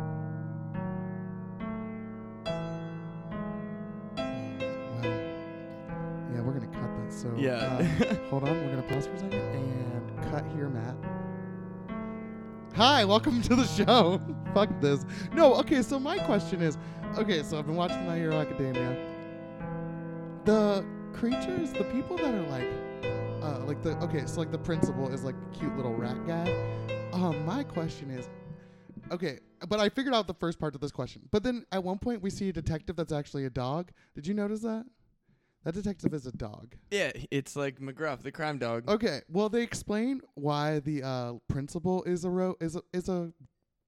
Um, So Yeah. uh, hold on, we're gonna pause for a second and cut here, Matt. Hi, welcome to the show. Fuck this. No, okay. So my question is, okay. So I've been watching My Hero Academia. The creatures, the people that are like, uh, like the okay. So like the principal is like cute little rat guy. Um, my question is, okay. But I figured out the first part of this question. But then at one point we see a detective that's actually a dog. Did you notice that? That detective is a dog. Yeah, it's like McGruff, the crime dog. Okay. Well, they explain why the uh, principal is a ro- is a, is a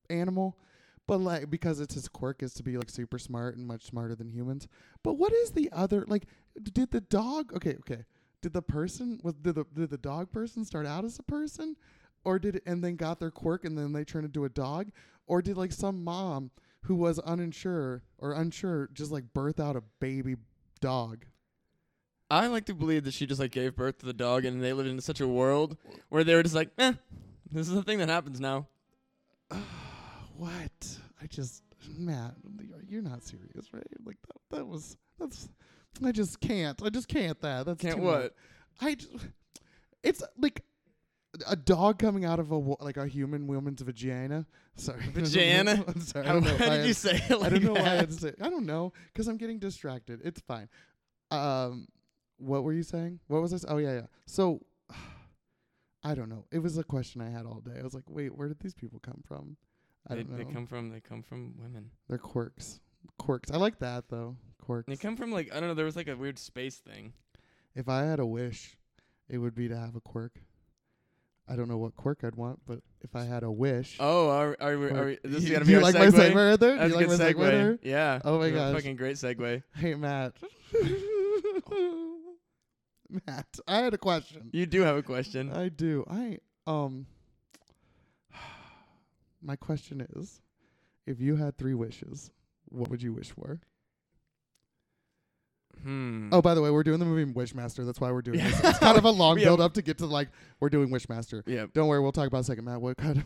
animal, but like because it's his quirk is to be like super smart and much smarter than humans. But what is the other like? d- Did the dog? Okay, okay. Did the person was did the did the dog person start out as a person, or did it, and then got their quirk and then they turned into a dog, or did like some mom who was uninsured or unsure just like birth out a baby dog? I like to believe that she just like gave birth to the dog and they lived in such a world where they were just like, eh, this is the thing that happens now. What? I just, Matt, you're not serious, right? Like that, that was that's. I just can't. I just can't. That that's Can't too what? much. I. Just, it's like a dog coming out of a wo- like a human woman's vagina. Sorry, Vagina? I'm sorry. I How, don't know why why I- did you say it like I don't know why I that? had to say. I don't know because I'm getting distracted. It's fine. Um, what were you saying? What was this? Oh yeah, yeah. So, I don't know. It was a question I had all day. I was like, wait, where did these people come from? I they, don't know. they come from they come from women. They're quirks. Quirks. I like that though. Quirks. They come from like I don't know. There was like a weird space thing. if I had a wish, it would be to have a quirk. I don't know what quirk I'd want, but if I had a wish, Oh, are are, we, are we, quirk- this is You- gonna do be you our like segue? my segue right there? That's do you a like good my segue. segue there? Yeah. Oh my you gosh. Fucking great segue. Hey Matt. Matt, I had a question. You do have a question. I do. I um my question is if you had three wishes, what would you wish for? hmm. Oh, by the way, we're doing the movie Wishmaster. That's why we're doing Yeah. this. It's kind of a long Yeah. build up to get to like we're doing Wishmaster. yeah. Don't worry, we'll talk about it in a second, Matt. What kind of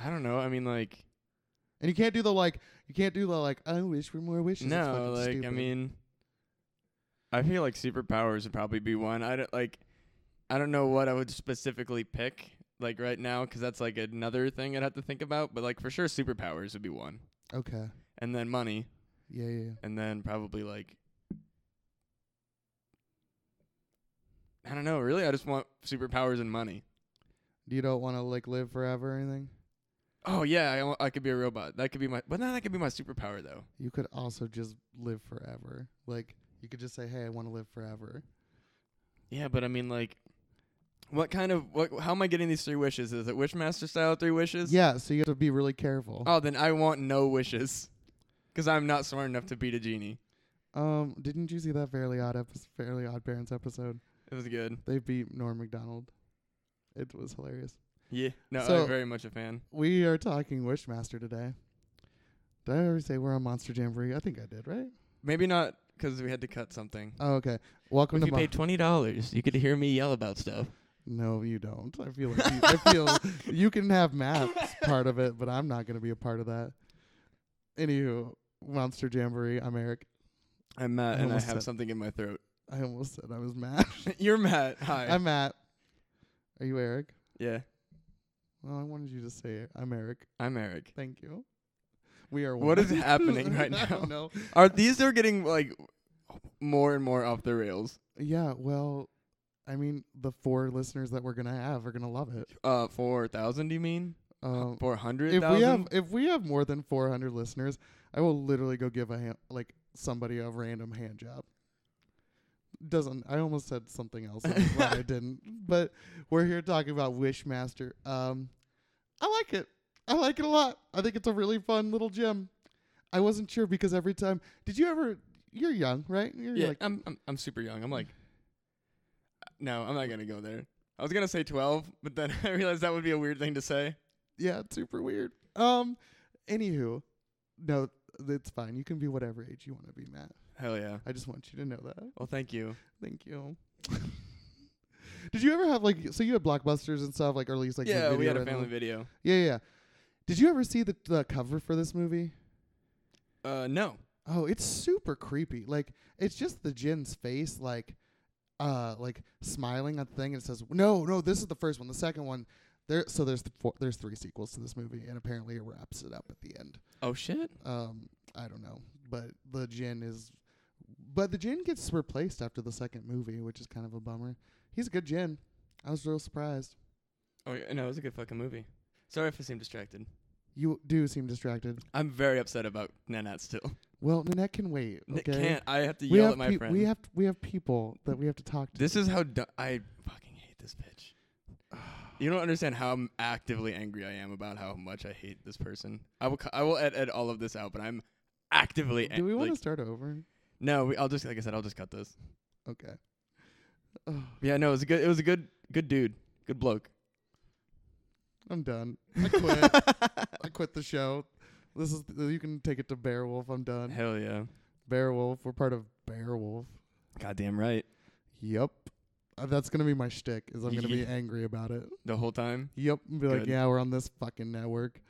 I don't know. I mean, like, And you can't do the like you can't do the like I wish for more wishes. It's no, fucking like, I stupid. mean, I feel like superpowers would probably be one. I don't like. I don't know what I would specifically pick like right now because that's like another thing I'd have to think about. But like for sure, superpowers would be one, Okay. and then money, Yeah, yeah, yeah. and then probably like. I don't know. Really, I just want superpowers and money. You don't want to like live forever or anything? Oh yeah, I, wa- I could be a robot. That could be my. But no, that could be my superpower though. you could also just live forever. Like you could just say, "Hey, I want to live forever." Yeah, but I mean, like, what kind of what? How am I getting these three wishes? Is it Wishmaster style three wishes? Yeah, so you have to be really careful. Oh, then I want no wishes, because I'm not smart enough to beat a genie. Um, didn't you see that Fairly Odd episode, Fairly Odd Parents episode? It was good. They beat Norm Macdonald. It was hilarious. Yeah. No, So- I'm very much a fan. We are talking Wishmaster today. Did I ever say we're on Monster Jamboree? I think I did, right? Maybe not because we had to cut something. Oh, okay. Welcome if to you Mon- paid twenty dollars, you could hear me yell about stuff. No, you don't. I feel like you, I feel you can have Matt's part of it, but I'm not going to be a part of that. Anywho, Monster Jamboree. I'm Eric. I'm Matt, I and I almost have said- something in my throat. I almost said I was Matt. You're Matt. Hi. I'm Matt. Are you Eric? yeah, Well, I wanted you to say it. I'm Eric. I'm Eric. Thank you. We are. What one. is happening right I don't know. Are these are getting like more and more off the rails? Yeah. Well, I mean, the four listeners that we're gonna have are gonna love it. Uh, four thousand? You mean? Um, Four hundred if we have thousand. if we have more than 400 listeners, I will literally go give a hand, like somebody a random hand job. Doesn't I almost said something else? and I'm glad I didn't. But we're here talking about Wishmaster. Um, I like it. I like it a lot. I think it's a really fun little gem. I wasn't sure because every time, did you ever? You're young, right? You're Yeah, like I'm, I'm I'm super young. I'm like, no, I'm not gonna go there. I was gonna say twelve, but then I realized that would be a weird thing to say. yeah, it's super weird. Um, anywho, no, it's fine. You can be whatever age you want to be, Matt. Hell yeah. I just want you to know that. Well, thank you. Thank you. Did you ever have like so you had blockbusters and stuff like or at least like the yeah, we video had a rental? family video. Yeah, yeah, yeah. Did you ever see the the cover for this movie? Uh, no. Oh, it's super creepy. Like it's just the Jin's face like uh like smiling at the thing and it says no no this is the first one the second one there so there's the four, there's three sequels to this movie and apparently it wraps it up at the end Oh shit. um I don't know but the Jin is but the Jin gets replaced after the second movie which is kind of a bummer he's a good Jin I was real surprised Oh yeah, no, it was a good fucking movie. Sorry if I seem distracted. you do seem distracted I'm very upset about Nanette still. well Nanette can wait okay Nick can't. I have to we yell have at my peop- friend. we have we have people that we have to talk to This is how du- I fucking hate this bitch. You don't understand how m- actively angry I am about how much I hate this person. I will cu- I will edit all of this out, but I'm actively. do we want to Like, start over no, we, I'll just like I said, I'll just cut this. okay Ugh, Yeah, no, it was a good. It was a good, good dude, good bloke. I'm done I quit I quit the show this is you can take it to Beowulf I'm done Hell yeah, Beowulf we're part of Beowulf goddamn right. Yep. Uh, that's gonna be my shtick. Is I'm gonna be Ye- angry about it. The whole time, Yep. And be like, Good. yeah, we're on this fucking network.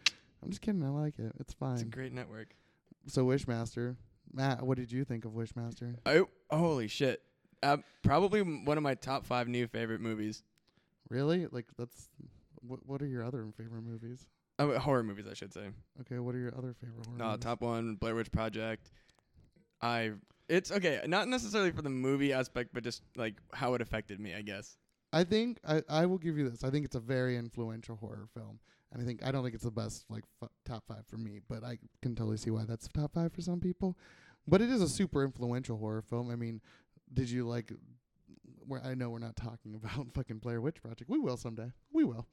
I'm just kidding. I like it. It's it's a fine. great network. so Wishmaster, Matt, what did you think of Wishmaster? I, holy shit, uh, probably m- one of my top five new favorite movies. Really? Like that's. What What are your other favorite movies? Oh, horror movies, I should say. Okay. What are your other favorite horror? No, movies? Uh, top one, Blair Witch Project. I it's okay, not necessarily for the movie aspect, but just like how it affected me, I guess. I think I I will give you this. I think it's a very influential horror film, and I think I don't think it's the best like f- top five for me, but I can totally see why that's top five for some people. But it is a super influential horror film. I mean, did you like? Where I know we're not talking about fucking Blair Witch Project. We will someday. We will.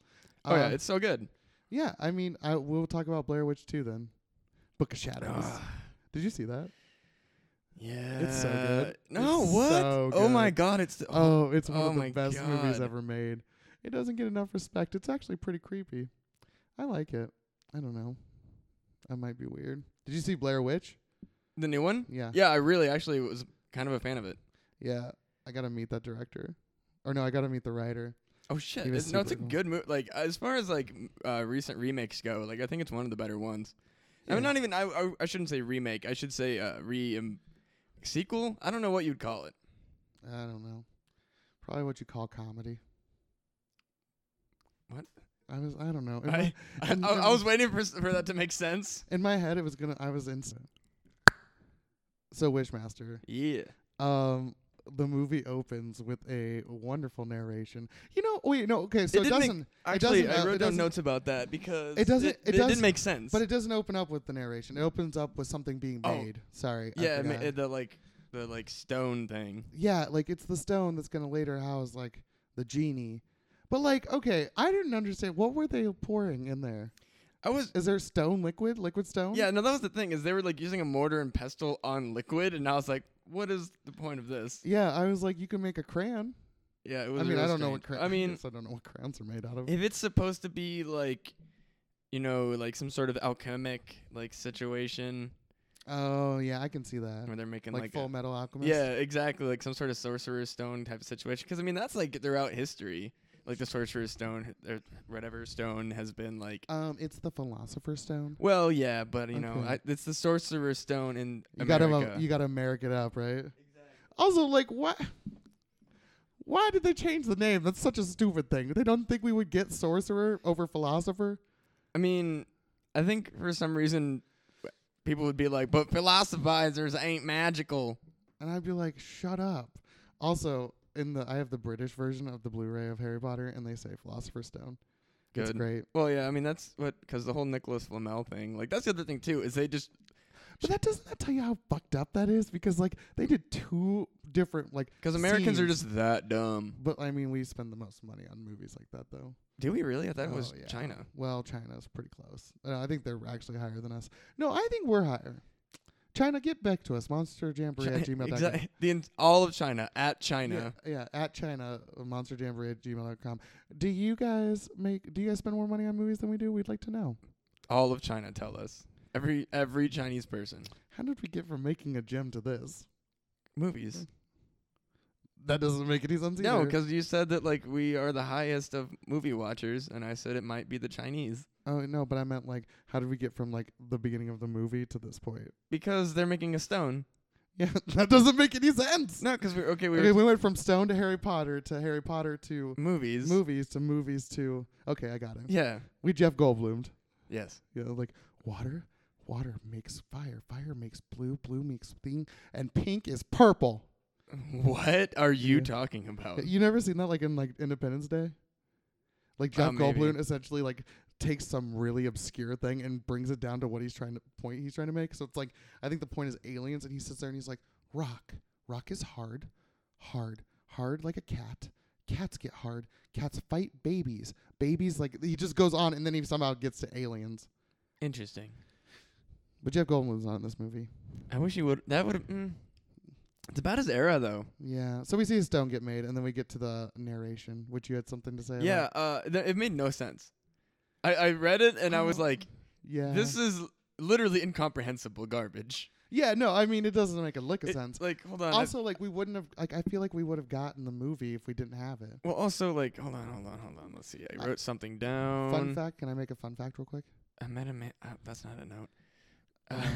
Oh yeah, Um, it's so good. yeah. I mean, I we'll talk about Blair Witch too then. Book of Shadows. Ah, Did you see that? yeah, so good. No, It's what? so Oh my good. god, it's the, Oh, it's one oh of the my best movies God. ever made. It doesn't get enough respect. It's actually pretty creepy. I like it. I don't know. I might be weird. Did you see Blair Witch? the new one. Yeah. Yeah, I really actually was kind of a fan of it. Yeah. I gotta meet that director. Or no, I gotta meet the writer. Oh shit, He was it's, no, it's a super cool. good movie. Like as far as like m- uh, recent remakes go, like I think it's one of the better ones. I Yeah. mean, not even I, I. I shouldn't say remake. I should say uh, re um, sequel. I don't know what you'd call it. I don't know. Probably what you call comedy. What? I was I don't know. In, my, I, I, and- I, I and- was waiting for s- for that to make sense. in my head it was gonna I was in So Wishmaster. Yeah. Um the movie opens with a wonderful narration. You know, wait, no, okay, so it, didn't make- doesn't Actually, doesn't- uh, I it wrote down doesn't- notes about that because It doesn't- It, it does- didn't make sense. But it doesn't open up with the narration. It opens up with something being Oh. made. Sorry. I yeah, it ma- forgot. it- the like the like stone thing. yeah, like it's the stone that's gonna later house like the genie. But like, okay, I didn't understand what were they pouring in there? I was. Is there stone liquid? Liquid stone? Yeah, no, that was the thing is they were like using a mortar and pestle on liquid, and I was like, what is the point of this? Yeah, I was like, you can make a crayon. Yeah, it was. I mean, real I don't know strange. what crayons. I mean, I don't know what crayons are made out of. if it's supposed to be like, you know, like some sort of alchemic like situation oh yeah, I can see that. where they're making Like, like, a- Full Metal Alchemist. Yeah, exactly. Like some sort of sorcerer's stone type of situation. Because I mean, that's like throughout history, like the sorcerer's stone or whatever stone has been like. Um, it's the Philosopher's Stone. Well, yeah, but you know, Okay. I, it's the sorcerer's stone in You America. gotta you gotta American it up, right? Also, like, what? Why did they change the name? That's such a stupid thing. They don't think we would get sorcerer over philosopher. I mean, I think for some reason people would be like, "But philosophizers ain't magical." And I'd be like, shut up. Also, in the I have the British version of the Blu-ray of Harry Potter, and they say Philosopher's Stone. It's Good. great, Well, yeah, I mean that's what because the whole Nicholas Flamel thing, like that's the other thing too, is they just but that doesn't that tell you how fucked up that is because like they did two different like because Americans are scenes. just that dumb. But I mean, we spend the most money on movies like that, though. Do we really? I thought it Oh, was yeah. China. Well, China's pretty close. Uh, I think they're actually higher than us. No, I think we're higher. China, get back to us. MonsterJamboree at gmail.com. Exactly. The en- all of China at China. Yeah, yeah, at China, uh, monsterjamboree at gmail.com. Do you guys make, do you guys spend more money on movies than we do? We'd like to know. all of China tell us. Every every Chinese person. How did we get from making a gem to this? Mm, Movies. That doesn't make any sense No, either. because you said that like we are the highest of movie watchers, and I said it might be the Chinese Oh, no, but I meant like, how did we get from like the beginning of the movie to this point? because they're making a stone. Yeah, that doesn't make any sense. No, because we're okay. We okay, were we went from Stone to Harry Potter to Harry Potter to movies. movies to movies to. Okay, I got it. Yeah. We Jeff Goldblumed. Yes. You know, like water, water makes fire, fire makes blue, blue makes thing, and pink is purple. What are you Yeah. talking about? You never seen that like in like Independence Day? Like Uh, Jeff maybe. Goldblum essentially like takes some really obscure thing and brings it down to what he's trying to point he's trying to make. So it's like I think the point is aliens and he sits there and he's like, Rock. Rock is hard, hard, hard like a cat. Cats get hard. Cats fight babies. Babies like he just goes on and then he somehow gets to aliens. Interesting. But Jeff Goldblum's not in this movie. I wish you would. That would. Mm. It's about his era, though. Yeah. So we see his stone get made and then we get to the narration, which you had something to say about. Yeah. Uh, th- it made no sense. I I read it and I was Oh. like, Yeah. this is literally incomprehensible garbage. Yeah, no, I mean it doesn't make a lick of It- sense. Like, hold on. I- Also, like we wouldn't have like I feel like we would have gotten the movie if we didn't have it. well, also like, hold on, hold on, hold on. Let's see. I I- wrote something down. Uh, Fun fact, can I make a fun fact real quick? I met a man. Uh, that's not a note. Uh, Um.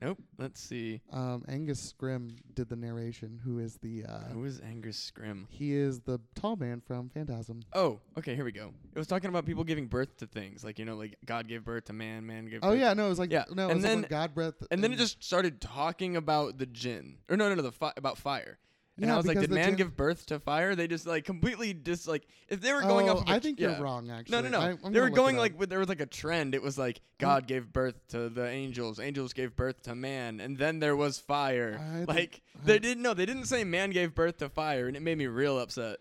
nope. Let's see. Um Angus Scrim did the narration, who is the uh Who is Angus Scrim? he is the tall man from Phantasm. Oh, okay. Here we go. It was talking about people giving birth to things, like you know, like God gave birth to man, man gave. Oh birth yeah, no, it was like Yeah, no, it and was like then- when God breath And then it just started talking about the jinn, or no, no, no, the fi- about fire. And Yeah, I was like, because did the man jinn- give birth to fire? They just like completely just like if they were going oh, off. Of a I tr- think yeah. you're wrong actually. No, no, no. I, I'm they gonna were look it going up. Mm. like with, there was like a trend. It was like God gave birth to the angels, angels gave birth to man, and then there was fire. I think- like I- they didn't know they didn't say man gave birth to fire, and it made me real upset.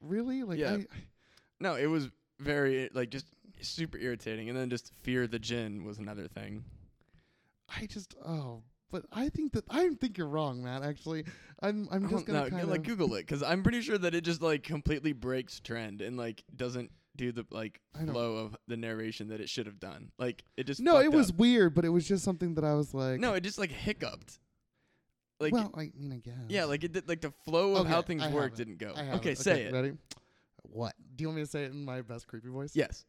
really like Yeah. I, No, it was very like just super irritating. And then just fear the jinn was another thing. I just oh, but I think that I think you're wrong, Matt. Actually, I'm I'm just Oh, gonna no, kind yeah, of like Google it because I'm pretty sure that it just like completely breaks trend and like doesn't do the like I don't- flow of the narration that it should have done. Like it just no, it fucked was up. weird, but it was just something that I was like, no, it just like hiccuped. Like well, I mean, I guess. yeah, like it did like the flow of how Okay, things I have work it. didn't go. I have Okay, say it. Ready? What? Do you want me to say it in my best creepy voice? Yes.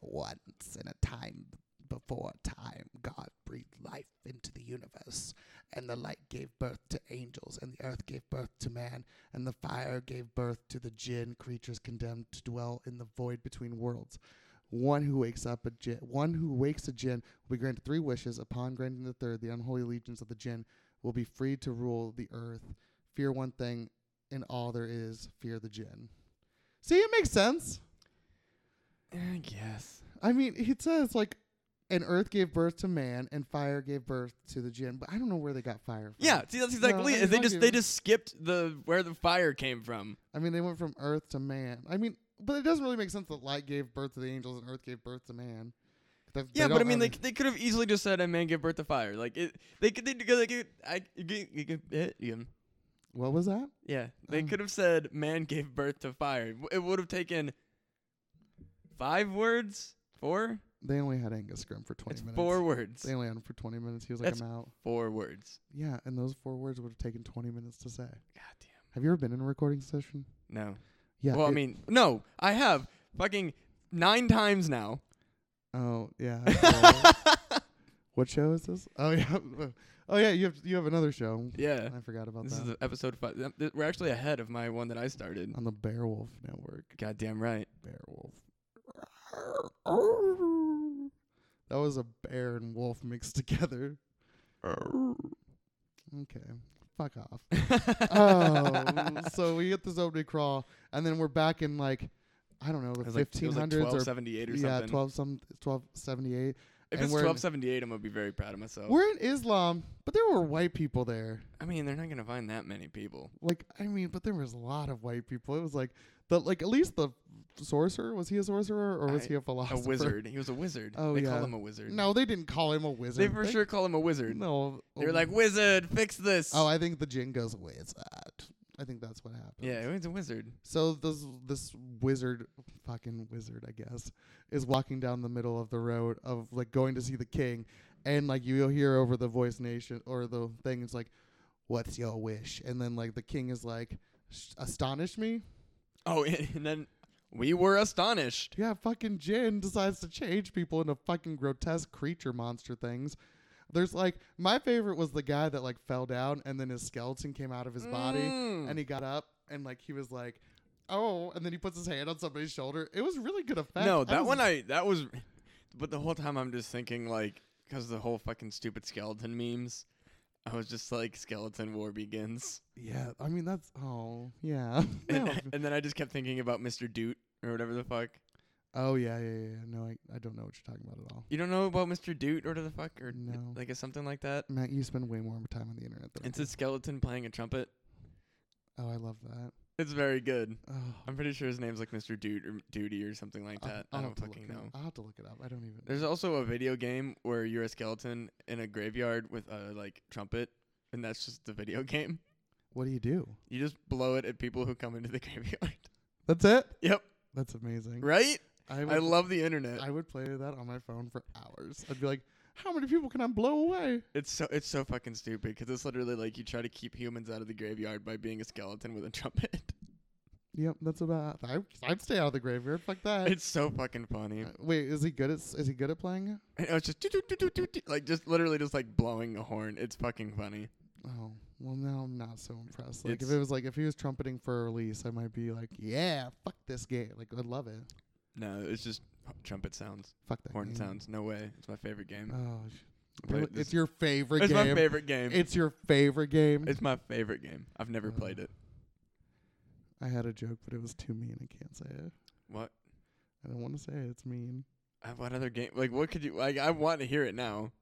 Once in a time before time, God breathed life into the universe, and the light gave birth to angels, and the earth gave birth to man, and the fire gave birth to the jinn creatures condemned to dwell in the void between worlds. One who wakes up a jinn, one who wakes a jinn will be granted three wishes. Upon granting the third, the unholy legions of the jinn will be free to rule the earth. Fear one thing, and all there is, fear the jinn. See, it makes sense. I guess. I mean, it says like, and earth gave birth to man, and fire gave birth to the jinn. But I don't know where they got fire. From. Yeah, see that's exactly I it. They told just you. they just skipped the where the fire came from. I mean, they went from earth to man. I mean, but it doesn't really make sense that light gave birth to the angels and earth gave birth to man. That- they Yeah, but I don't mean, have they, any- they could have easily just said, "A man gave birth to fire." Like it, they could they could they could I you could- you could- eh, you could- what was that? Yeah, they Oh. could have said "man gave birth to fire." W- It would have taken five words, four. They only had Angus Grim for twenty It's minutes. four words. They only had him for twenty minutes. He was like, That's- "I'm out." Four words. Yeah, and those four words would have taken twenty minutes to say. God damn. Have you ever been in a recording session? No. Yeah. well, I it- mean, no. I have fucking nine times now. Oh yeah. uh, what show is this? Oh yeah. Oh yeah. You have you have another show. Yeah. I forgot about This that. Um, is the episode five. Th- th- We're actually ahead of my one that I started. on the Beowulf Network. Goddamn right. Beowulf. That was a bear and wolf mixed together. Okay, fuck off. oh, so we get this opening crawl, and then we're back in like I don't know It the was like, it fifteen was like hundreds or 1278 or yeah something. twelve some twelve seventy eight. If and it's we're in- 1278, I'm gonna be very proud of myself. We're in Islam, but there were white people there. I mean, they're not gonna find that many people. Like I mean, but there was a lot of white people. It was like the like at least the sorcerer was he a sorcerer or was I- he a A philosopher? wizard. He was a wizard. Oh, they yeah. call him a wizard. No, they didn't call him a they wizard. for sure call him a wizard. No, They were like, wizard, fix this. oh, I think the jinn goes wizard. I think that's what happened. yeah, he's a wizard. So this this wizard, fucking wizard, I guess, is walking down the middle of the road of like going to see the king, and like you'll hear over the voice nation or the thing is like, "What's your wish?" And then like the king is like, "Sh- "Astonish me." Oh, and then we were astonished. Yeah, fucking Jin decides to change people into fucking grotesque creature monster things. There's like my favorite was the guy that like fell down and then his skeleton came out of his body Mm. and he got up and like he was like, oh, and then he puts his hand on somebody's shoulder. It was really good effect. No, that was- one I that was, but the whole time I'm just thinking like because the whole fucking stupid skeleton memes. I was just like skeleton war begins, Yeah, I mean that's oh yeah. and, No. and then I just kept thinking about Mr. Doot or whatever the fuck. oh yeah, yeah, yeah. yeah. No, I, I don't know what you're talking about at all. You don't know about Mr. Doot or the fuck or No. like it's something like that. Matt, you spend way more time on the internet than I It's a skeleton playing a trumpet. do. Oh, I love that. It's very good. Oh, I'm pretty sure his name's like Mr. Dude or Duty or something like that. I have don't to look fucking it up. know. I'll have to look it up. I don't even. There's also a video game where you're a skeleton in a graveyard with a like trumpet, and that's just the video game. what do you do? You just blow it at people who come into the graveyard. That's it. yep. That's amazing. Right? I would, I love the internet. I would play that on my phone for hours. I'd be like, how many people can I blow away? It's so it's so fucking stupid because it's literally like you try to keep humans out of the graveyard by being a skeleton with a trumpet. Yep, that's about. I, I'd stay out of the graveyard. Fuck that. it's so fucking funny. Uh, Wait, is he good at? s- Is he good at playing? it? And it was just doot, doot, doot, doot, doot, doot, like just literally just like blowing a horn. It's fucking funny. Oh well, now I'm not so impressed. Like if It's- it was like if he was trumpeting for a release, I might be like, yeah, fuck this game. Like I'd love it. No, it's just trumpet sounds, Fuck that. horn game. sounds. No way. It's my favorite game. Oh, sh- Play really? it it's this- your favorite it's game. my favorite game. It's, It's your favorite game. my favorite game. I've never Uh, played it. I had a joke, but it was too mean. I can't say it. What? I don't want to say it. It's mean. I- What other game? Like, what could you? Like, I want to hear it now.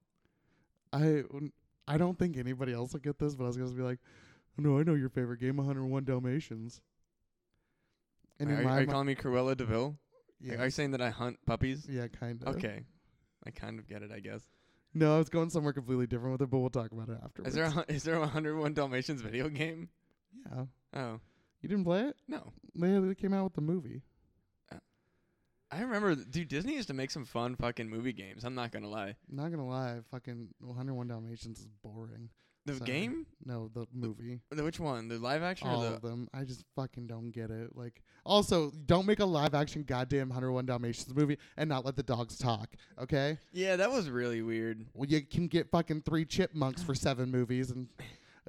I I don't think anybody else will get this, but I was gonna be like, no, I know your favorite game, 101 Dalmatians. And are, in you- my are you mi- calling me Cruella Deville? yeah, Are you saying that I hunt puppies? yeah, kind of. Okay, I kind of get it. I guess. No, I was going somewhere completely different with it, but we'll talk about it afterwards. Is there a, hun- is there a 101 Dalmatians video game? yeah, Oh you didn't play it. no, They, they came out with the movie. I remember. Dude, Disney used to make some fun fucking movie games. I'm not gonna lie. Not gonna lie, fucking 101 Dalmatians is boring. The Sorry. game? No, the movie. The- Which one? The live action all or the of them. I just fucking don't get it. Like, also, don't make a live action goddamn 101 Dalmatians movie and not let the dogs talk. Okay? Yeah, that was really weird. Well, you can get fucking three chipmunks for seven movies, and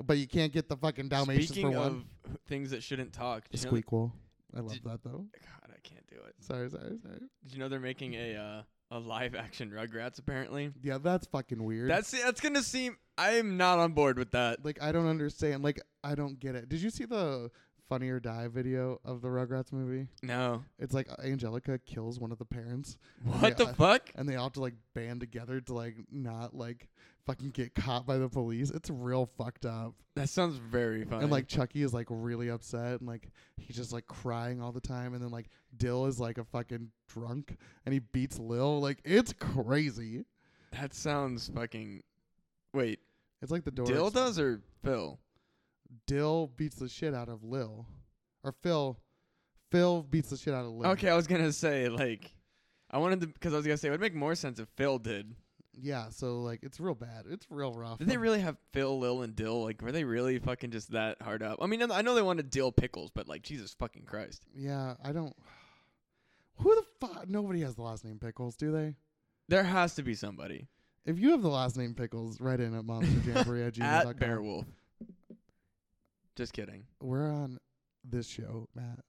but you can't get the fucking Dalmatians Speaking for of one. h- things that shouldn't talk, The did you know squeakquel. I love Did- that though. th- God, I can't do it. Sorry, sorry, sorry. Did you know they're making a uh, a live action Rugrats? Apparently, Yeah, that's fucking weird. that's that's gonna seem. I am not on board with that. like I don't understand. Like I don't get it. Did you see the Funny or Die video of the Rugrats movie? No, It's like Angelica kills one of the parents, what Yeah. the fuck? and they all have to like band together to like not like fucking get caught by the police. It's real fucked up. That sounds very funny. And like Chucky is like really upset and like he's just like crying all the time. And then like Dill is like a fucking drunk and he beats Lil. Like it's crazy. that sounds fucking. Wait, It's like the door. Dill does or Phil? Dill beats the shit out of Lil, or Phil. Phil beats the shit out of Lil. Okay, I was gonna say like, I wanted to because I was gonna say it would make more sense if Phil did. Yeah. So like it's real bad. It's real rough. Did they really have Phil, Lil, and Dill? Like, were they really fucking just that hard up? I mean, I know they wanted Dill pickles, but like, Jesus fucking Christ. yeah. I don't. Who the fuck? Nobody has the last name Pickles, do they? There has to be somebody If you have the last name Pickles, write in at monsterjamboree at gmail at dot com. Bearwolf. Just kidding. We're on this show, Matt.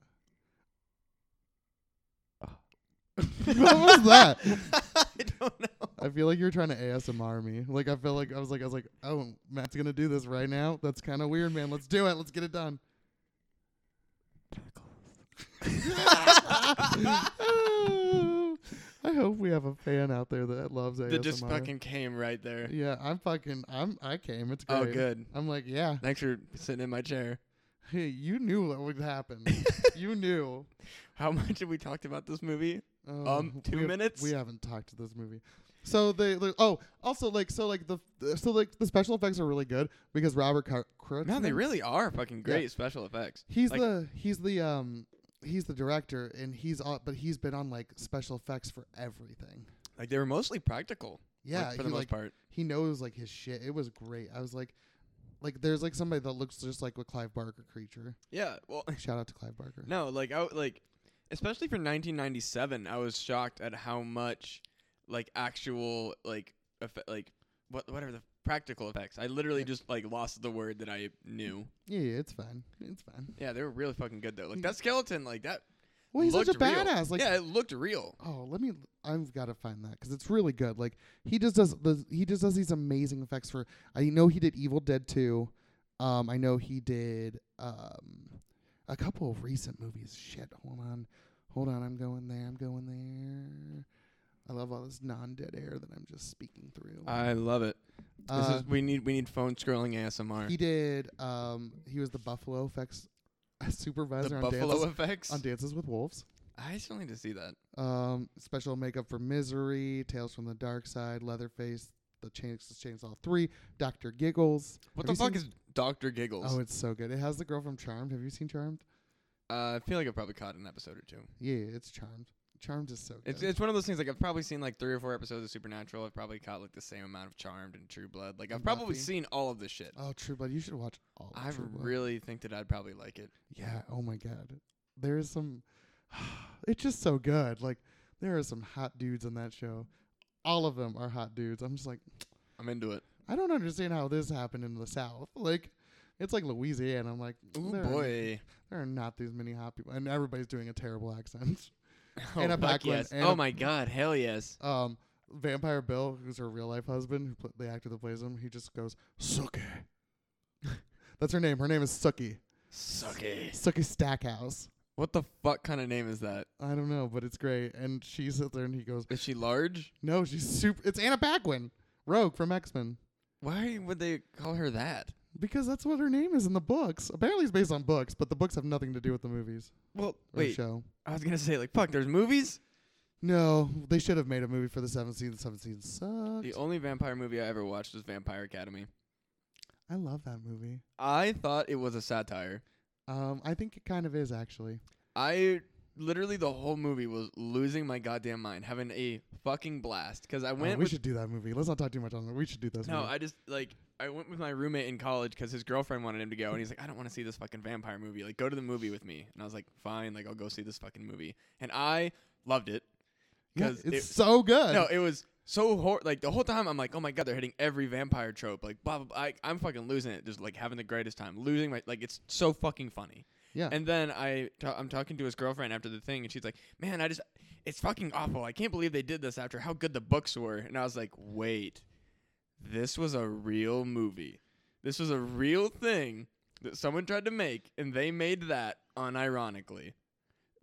what was that? I don't know. I feel like you're trying to ASMR me. Like I feel like I was like I was like, oh, Matt's gonna do this right now. That's kind of weird, man. Let's do it. Let's get it done. I hope we have a fan out there that loves ASMR. That just fucking came right there. yeah, I'm fucking. I'm. I came. It's great. Oh, good. I'm like, yeah. Thanks for sitting in my chair. Hey, you knew what would happen. you knew. How much have we talked about this movie? Oh, Um, two we have- minutes? We haven't talked to this movie. So they, they- oh, also like so like the so like the special effects are really good because Robert Car- Kurtzman. No, they really are fucking great special effects. He's like- the he's the um he's the director and he's on, but he's been on like special effects for everything. Like they were mostly practical. like, Yeah, for the he, most like, part. he knows like his shit. It was great. I was like, like there's like somebody that looks just like a Clive Barker creature. Yeah. Well, Shout out to Clive Barker. no, like I w- like, especially for 1997, I was shocked at how much like actual like effe- like what what are the practical effects? I literally just like lost the word that I knew. Yeah, yeah, it's fine. It's fine. Yeah, they were really fucking good though. Like that skeleton, like that. Mm. Well, he's such a looked real. badass. Like, yeah, it looked real. oh, let me. I've got to find that because it's really good. Like, he just does. The, he just does these amazing effects for. I know he did Evil Dead Two. Um, I know he did um, a couple of recent movies. Shit, hold on, hold on. I'm going there. I'm going there. I love all this non-dead air that I'm just speaking through. I love it. This Uh, is we need we need phone scrolling ASMR. He did. Um, he was the Buffalo effects supervisor the on, buffalo dances, effects. on Dances with Wolves. I still need to see that. Um, special makeup for Misery, Tales from the Dark Side, Leatherface, The Chainsaw, Chainsaw Three, Doctor Giggles. What Have the you fuck seen- is Doctor Giggles? Oh, it's so good. It has the girl from Charmed. Have you seen Charmed? uh, I feel like I probably caught an episode or two. Yeah, it's Charmed. Charmed is so good. It's it's one of those things like I've probably seen like three or four episodes of Supernatural. I've probably caught like the same amount of Charmed and True Blood. Like I've And probably Buffy. seen all of this shit. oh, True Blood. You should watch all. Of I True Blood. really think that I'd probably like it. Yeah. Oh my God. There is some. It's just so good. Like there are some hot dudes on that show. All of them are hot dudes. I'm just like, I'm into it. I don't understand how this happened in the South. Like, it's like Louisiana. I'm like, Ooh there are- boy. there are not these many hot people, and everybody's doing a terrible accent. Oh, Anna fuck Paquin, yes. Anna- oh my god, hell yes. Um, Vampire Bill, who's her real life husband, who put the actor that plays him, he just goes Suki. That's her name. Her name is Suki. Suck it. Suki Stackhouse. What the fuck kind of name is that? I don't know, but it's great. And she sits there and he goes, Is she large? No, she's super. It's Anna Paquin, Rogue from X Men, Why would they call her that? because that's what her name is in the books. Apparently, it's based on books, but the books have nothing to do with the movies Well, or the wait. show. I was gonna say like, fuck. There's movies. No, they should have made a movie for the seventh season. The seventh season sucked. The only vampire movie I ever watched was Vampire Academy. I love that movie. I thought it was a satire. Um, I think it kind of is actually. I literally the whole movie was losing my goddamn mind, having a fucking blast. Because I Oh, went we with should do that movie. Let's not talk too much on it. We should do this. no, movie. I just like I went with my roommate in college because his girlfriend wanted him to go, and he's like, I don't want to see this fucking vampire movie. Like, go to the movie with me. And I was like, fine, like I'll go see this fucking movie. And I loved it Yeah, because it's so good. No, it was so hor- like the whole time I'm like, oh my god, they're hitting every vampire trope. Like blah blah. blah. I, I'm fucking losing it. Just like having the greatest time, losing my like. It's so fucking funny. Yeah. And then I ta- I'm talking to his girlfriend after the thing, and she's like, man, I just it's fucking awful. I can't believe they did this after how good the books were. And I was like, wait, this was a real movie. This was a real thing that someone tried to make, and they made that unironically.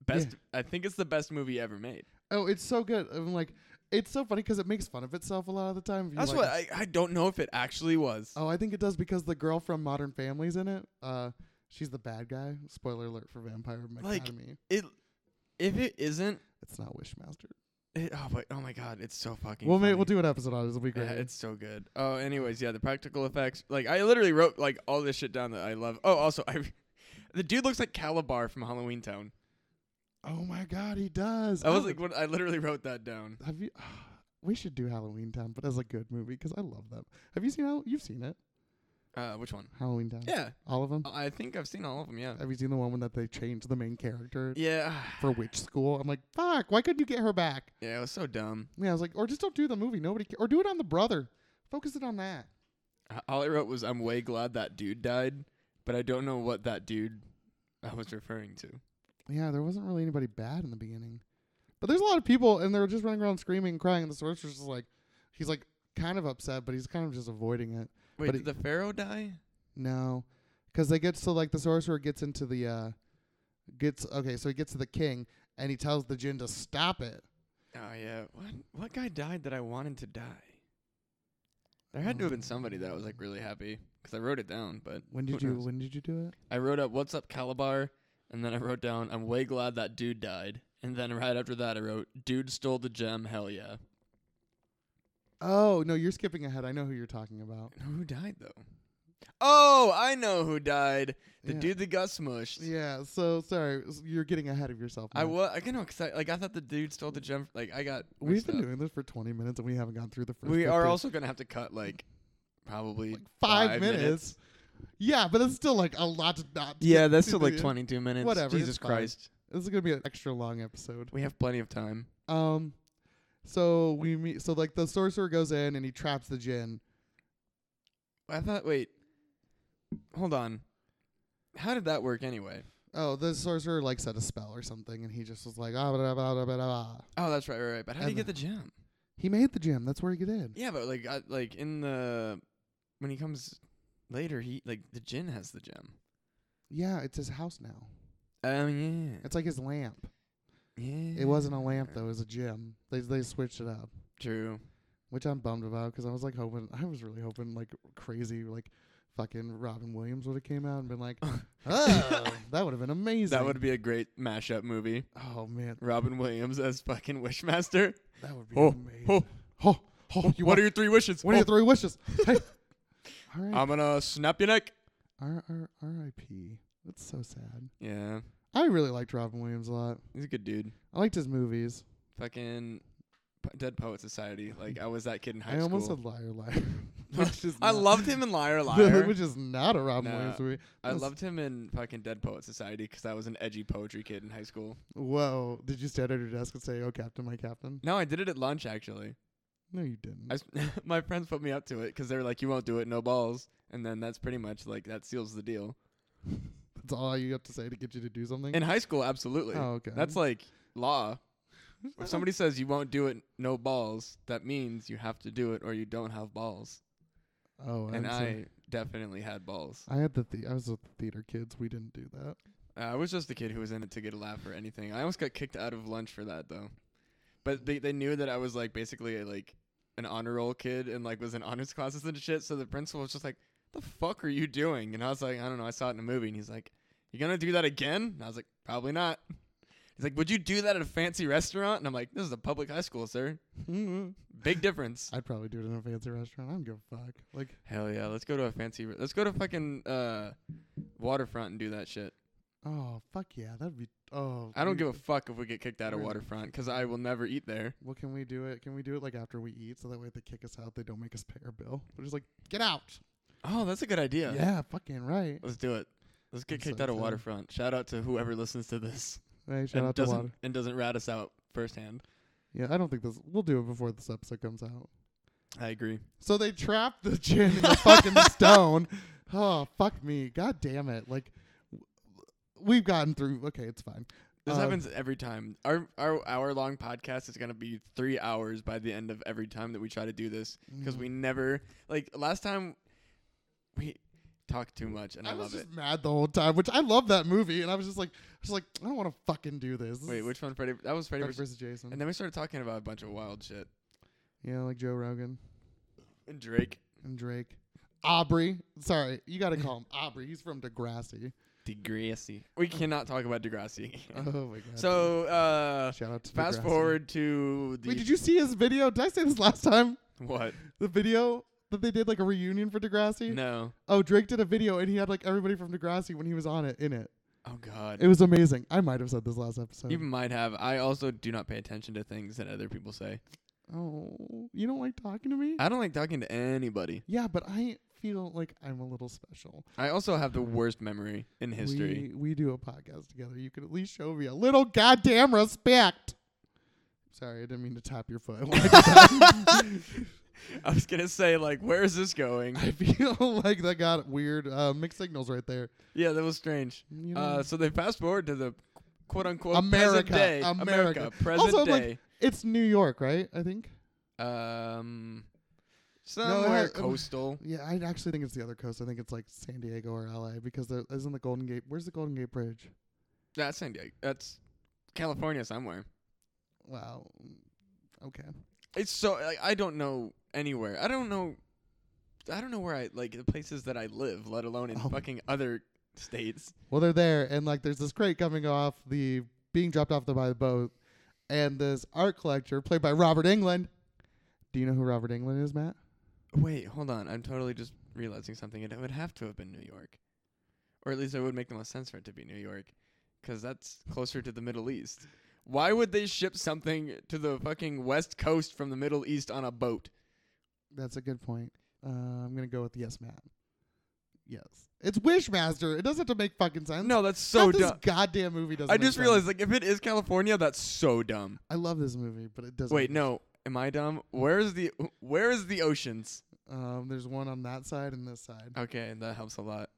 Best, I think it's the best movie ever made. oh, it's so good. I'm like, it's so funny because it makes fun of itself a lot of the time. If you That's like- what I, I don't know if it actually was. Oh, I think it does because the girl from Modern Family's in it. Uh, she's the bad guy. Spoiler alert for Vampire Like- Academy. It if it isn't, it's not Wishmaster. it, oh but oh my god, it's so fucking. We'll ma- funny. we'll do an episode on it. It'll be great. Yeah, it's so good. Oh, anyways, yeah, the practical effects. Like I literally wrote like all this shit down that I love. Oh, also I, the dude looks like Calabar from Halloween Town. oh my god, he does. Oh, I was like, what? I literally wrote that down. have you? we should do Halloween Town, but as a good movie because I love that. Have you seen? Hall- You've seen it, Uh, which one? Halloween Town. Yeah, all of them. I think I've seen all of them. Yeah. Have you seen the one when that they changed the main character Yeah. for which school? I'm like, fuck, why couldn't you get her back? Yeah, it was so dumb. Yeah, I was like, or just don't do the movie. Nobody ca- or do it on the brother. Focus it on that. Uh, All I wrote was, "I'm way glad that dude died," but I don't know what that dude I was referring to. Yeah, there wasn't really anybody bad in the beginning. But there's a lot of people and they're just running around screaming and crying and the sorcerer's just like he's like kind of upset, but he's kind of just avoiding it. Wait, But did the pharaoh die? No, because they get so like the sorcerer gets into the uh gets okay, so he gets to the king and he tells the jinn to stop it. Oh yeah. What what guy died that I wanted to die? There had to Um. have been somebody that I was like really happy because I wrote it down. But When who did you knows? when did you do it? I wrote up "What's up, Calabar," and then I wrote down "I'm way glad that dude died," and then right after that I wrote "Dude stole the gem, hell yeah." Oh no, you're skipping ahead. I know who you're talking about. Who died though? Oh, I know who died. The Yeah. dude that got smushed. Yeah. So sorry, s- you're getting ahead of yourself. I Matt. was I can know because I, like I thought the dude stole the gem. Like I got. We've mixed been up. doing this for 20 minutes and we haven't gone through the first. We are 15. also gonna have to cut like probably Like five minutes. minutes. Yeah, but it's still like a lot to not. to Yeah, get that's to still like the- 22 minutes. Whatever, Jesus it's fine. Christ. This is gonna be an extra long episode. We have plenty of time. Um, so we meet. So like the sorcerer goes in and he traps the djinn, I thought. Wait, hold on. How did that work anyway? Oh, the sorcerer like said a spell or something, and he just was like, ah, blah, blah, blah, blah, blah. Oh, that's right, right, right. But how do you And get the gem? He made the gem. That's where he did. Yeah, but like, I, like in the when he comes later, he like the Jin has the gem. Yeah, it's his house now. Um, yeah, It's like his lamp. yeah. It wasn't a lamp though; it was a gem. They they switched it up, True. which I'm bummed about because I was like hoping, I was really hoping like crazy like fucking Robin Williams would have came out and been like, oh, that would have been amazing. That would be a great mashup movie. Oh man, Robin Williams as fucking Wishmaster. that would be Oh, amazing. oh, oh, oh, you what want, are your three wishes? what are Oh, Um, your three wishes? hey. All right. I'm gonna snap your neck. R- R- R.I.P. That's so sad. Yeah, I really liked Robin Williams a lot. he's a good dude. I liked his movies. Fucking P- Dead Poet Society. Like I was that kid in high I school. almost said Liar Liar. which is I not- loved him in Liar Liar. which is not a Robin No. Williams movie. I That's- loved him in fucking Dead Poet Society because I was an edgy poetry kid in high school. Whoa! Did you stand at your desk and say, "Oh, Captain, my Captain"? No, I did it at lunch actually. No, you didn't. I s my friends put me up to it because they were like, "You won't do it, no balls." And then that's pretty much like that seals the deal. That's all you have to say to get you to do something. In high school, absolutely. oh, okay. That's like law. I If somebody says you won't do it, no balls, that means you have to do it or you don't have balls. Oh, I'm and I sorry. definitely had balls. I had the, the. I was with the theater kids. We didn't do that. Uh, I was just the kid who was in it to get a laugh or anything. I almost got kicked out of lunch for that though. But they they knew that I was like basically like an honor roll kid and like was in honors classes and shit. So the principal was just like, "The fuck are you doing?" And I was like, "I don't know. I saw it in a movie." And he's like, "You gonna do that again?" And I was like, "Probably not." He's like, "Would you do that at a fancy restaurant?" And I'm like, "This is a public high school, sir. Big difference." I'd probably do it in a fancy restaurant. I don't give a fuck. Like, Hell yeah, let's go to a fancy. Re- let's go to fucking uh, waterfront and do that shit. oh fuck yeah, that'd be. Oh, I don't we- give a fuck if we get kicked out of Where's- waterfront because I will never eat there. Well, can we do it? Can we do it like after we eat, so that way if they kick us out, they don't make us pay our bill. We're just like, get out. Oh, that's a good idea. yeah fucking right. Let's do it. Let's get I'm kicked so out of excited. waterfront. Shout out to whoever listens to this Hey, shout and out to doesn't Water. and doesn't rat us out firsthand. Yeah, I don't think this. We'll do it before this episode comes out. I agree. So they trapped the gin in the fucking stone. Oh, fuck me. God damn it. Like, w- we've gotten through. Okay, it's fine. This Uh, happens every time. Our our hour long podcast is gonna be three hours by the end of every time that we try to do this because we never like last time we talked too much and I, I was love just it. mad the whole time, which I love that movie. And I was just like, just like I don't want to fucking do this. This Wait, is which one, Freddy? That was Freddy. Freddy versus- versus Jason. and then we started talking about a bunch of wild shit yeah, like Joe Rogan and Drake. and Drake. Aubrey. Sorry, you got to call him Aubrey. He's from Degrassi. Degrassi. We cannot talk about Degrassi. Oh, my God. Uh-huh. so uh, shout out to fast Degrassi. forward to the Wait, did you see his video? Did I say this last time? what? The video that they did like a reunion for Degrassi? No. Oh, Drake did a video and he had like everybody from Degrassi when he was on it in it. Oh God. It was amazing. I might have said this last episode. you might have. I also do not pay attention to things that other people say. oh, you don't like talking to me? I don't like talking to anybody. yeah, but I feel like I'm a little special. I also have the worst memory in history. We, we do a podcast together. You could at least show me a little goddamn respect. Sorry, I didn't mean to tap your foot. I was gonna say like, where is this going? I feel like that got weird uh, mixed signals right there. Yeah, that was strange. You know? Uh, so they fast forward to the quote unquote America, present day. America. present Also, like, day. it's New York, right? I think. um, somewhere uh, coastal. Yeah, I actually think it's the other coast. I think it's like San Diego or LA because there isn't the Golden Gate. Where's the Golden Gate Bridge? That's San Diego. That's California somewhere. Wow. Okay. It's so like I don't know anywhere. I don't know. I don't know where I like the places that I live, let alone in Oh. fucking other states. Well, they're there, and like there's this crate coming off the being dropped off the, by the boat, and this art collector played by Robert England. Do you know who Robert England is, Matt? Wait, hold on. I'm totally just realizing something. It would have to have been New York, or at least it would make the most sense for it to be New York, 'cause that's closer to the Middle East. Why would they ship something to the fucking West Coast from the Middle East on a boat? That's a good point. Uh, I'm gonna go with yes, Matt. Yes, it's Wishmaster. It doesn't have to make fucking sense. No, that's How so this dumb. goddamn movie doesn't. I make just sense. realized, like, if it is California, that's so dumb. I love this movie, but it doesn't. Wait, make- no. Am I dumb? Where is the where is the oceans? Um, there's one on that side and this side. Okay, that helps a lot.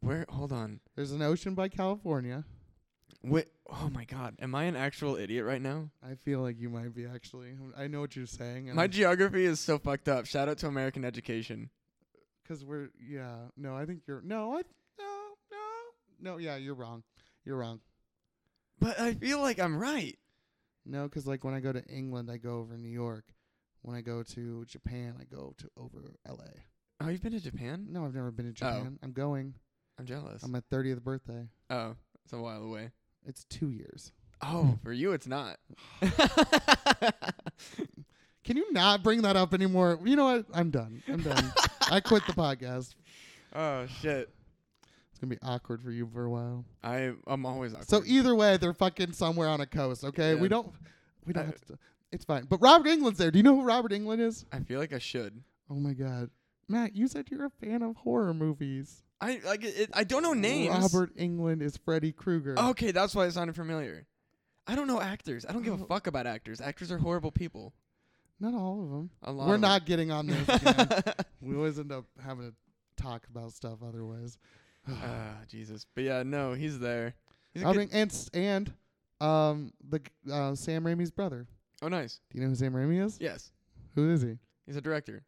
Where? Hold on. There's an ocean by California. Wait. Oh my God. Am I an actual idiot right now? I feel like you might be actually. I know what you're saying. My geography is so fucked up. Shout out to American education. because we're yeah. No, I think you're no. I no no no. Yeah, you're wrong. You're wrong. But I feel like I'm right. No, 'cause like when I go to England, I go over New York. When I go to Japan, I go to over L.A. Oh, you've been to Japan? No, I've never been to Japan. I'm going I'm jealous. on my 30th birthday. oh, it's a while away. It's two years. Oh, for you, it's not. Can you not bring that up anymore? You know what? I'm done. I'm done. I quit the podcast. oh shit. It's gonna be awkward for you for a while. I I'm always awkward. So e- either way, they're fucking somewhere on a coast. Okay, we Yeah. don't. We don't I- have to. It's fine. But Robert England's there. Do you know who Robert England is? I feel like I should. Oh my god, Matt, you said you're a fan of horror movies. I like it, it- I don't know names. Oh. Robert England is Freddy Krueger. Okay, that's why it sounded familiar. I don't know actors. I don't give a Oh. fuck about actors. Actors are horrible people. Not all of them. A lot. We're of not getting on them. this. Again. we always end up having to talk about stuff otherwise. Ah, Jesus. But yeah, no, he's there. He's a Robert good, Eng- and s- and um the g- uh, Sam Raimi's brother. oh, nice. Do you know who Sam Raimi is? Yes, Who is he? he's a director.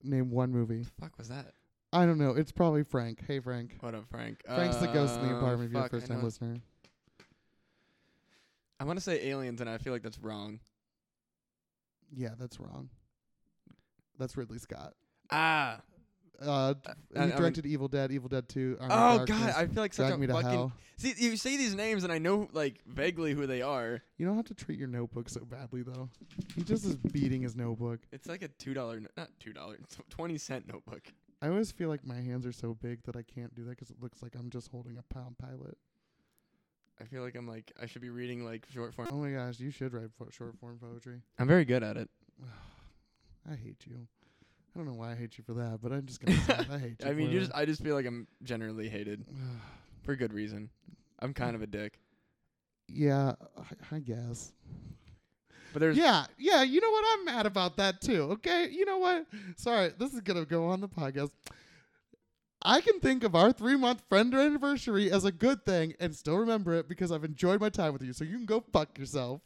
Name one movie. The fuck was that? I don't know. It's probably Frank. Hey Frank. What up, Frank? Frank's the ghost in the Uh, apartment. If you're a fuck, I first time know- listener. I want to say aliens, and I feel like that's wrong. Yeah, that's wrong. That's Ridley Scott. Ah. Uh, d- I- I- I'm he an- directed Evil Dead, Evil Dead 2. Army Oh of god, Darkness, I feel like such Drag Me a to fucking. Hell. See, you say these names, and I know like vaguely who they are. You don't have to treat your notebook so badly, though. He just is beating his notebook. It's like a two dollar, not two dollar, twenty cent notebook. I always feel like my hands are so big that I can't do that 'cause it looks like I'm just holding a pound pilot. I feel like I'm like I should be reading like short form. Oh my gosh, you should write fo- short form poetry. I'm very good at it. I hate you. I don't know why I hate you for that, but I'm just gonna say it. I hate you. I mean, for you it. just I just feel like I'm generally hated for good reason. I'm kind of a dick. yeah, I, I guess. But there's Yeah, yeah. You know what? I'm mad about that too. Okay. You know what? Sorry, this is gonna go on the podcast. I can think of our three month friend anniversary as a good thing and still remember it because I've enjoyed my time with you. So you can go fuck yourself.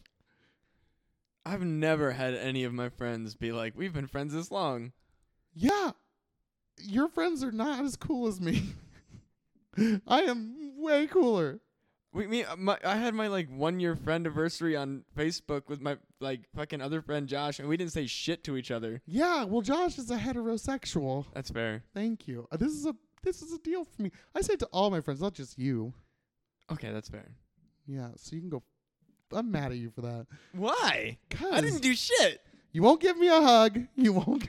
I've never had any of my friends be like, "We've been friends this long." Yeah, your friends are not as cool as me. I am way cooler. We me uh, my, I had my like one year friend anniversary on Facebook with my like fucking other friend Josh, and we didn't say shit to each other. Yeah. Well, Josh is a heterosexual. That's fair. Thank you. Uh, This is a this is a deal for me. I say it to all my friends, not just you. Okay, that's fair. Yeah. So you can go. I'm mad at you for that. Why? I Cause didn't do shit. You won't give me a hug. You won't.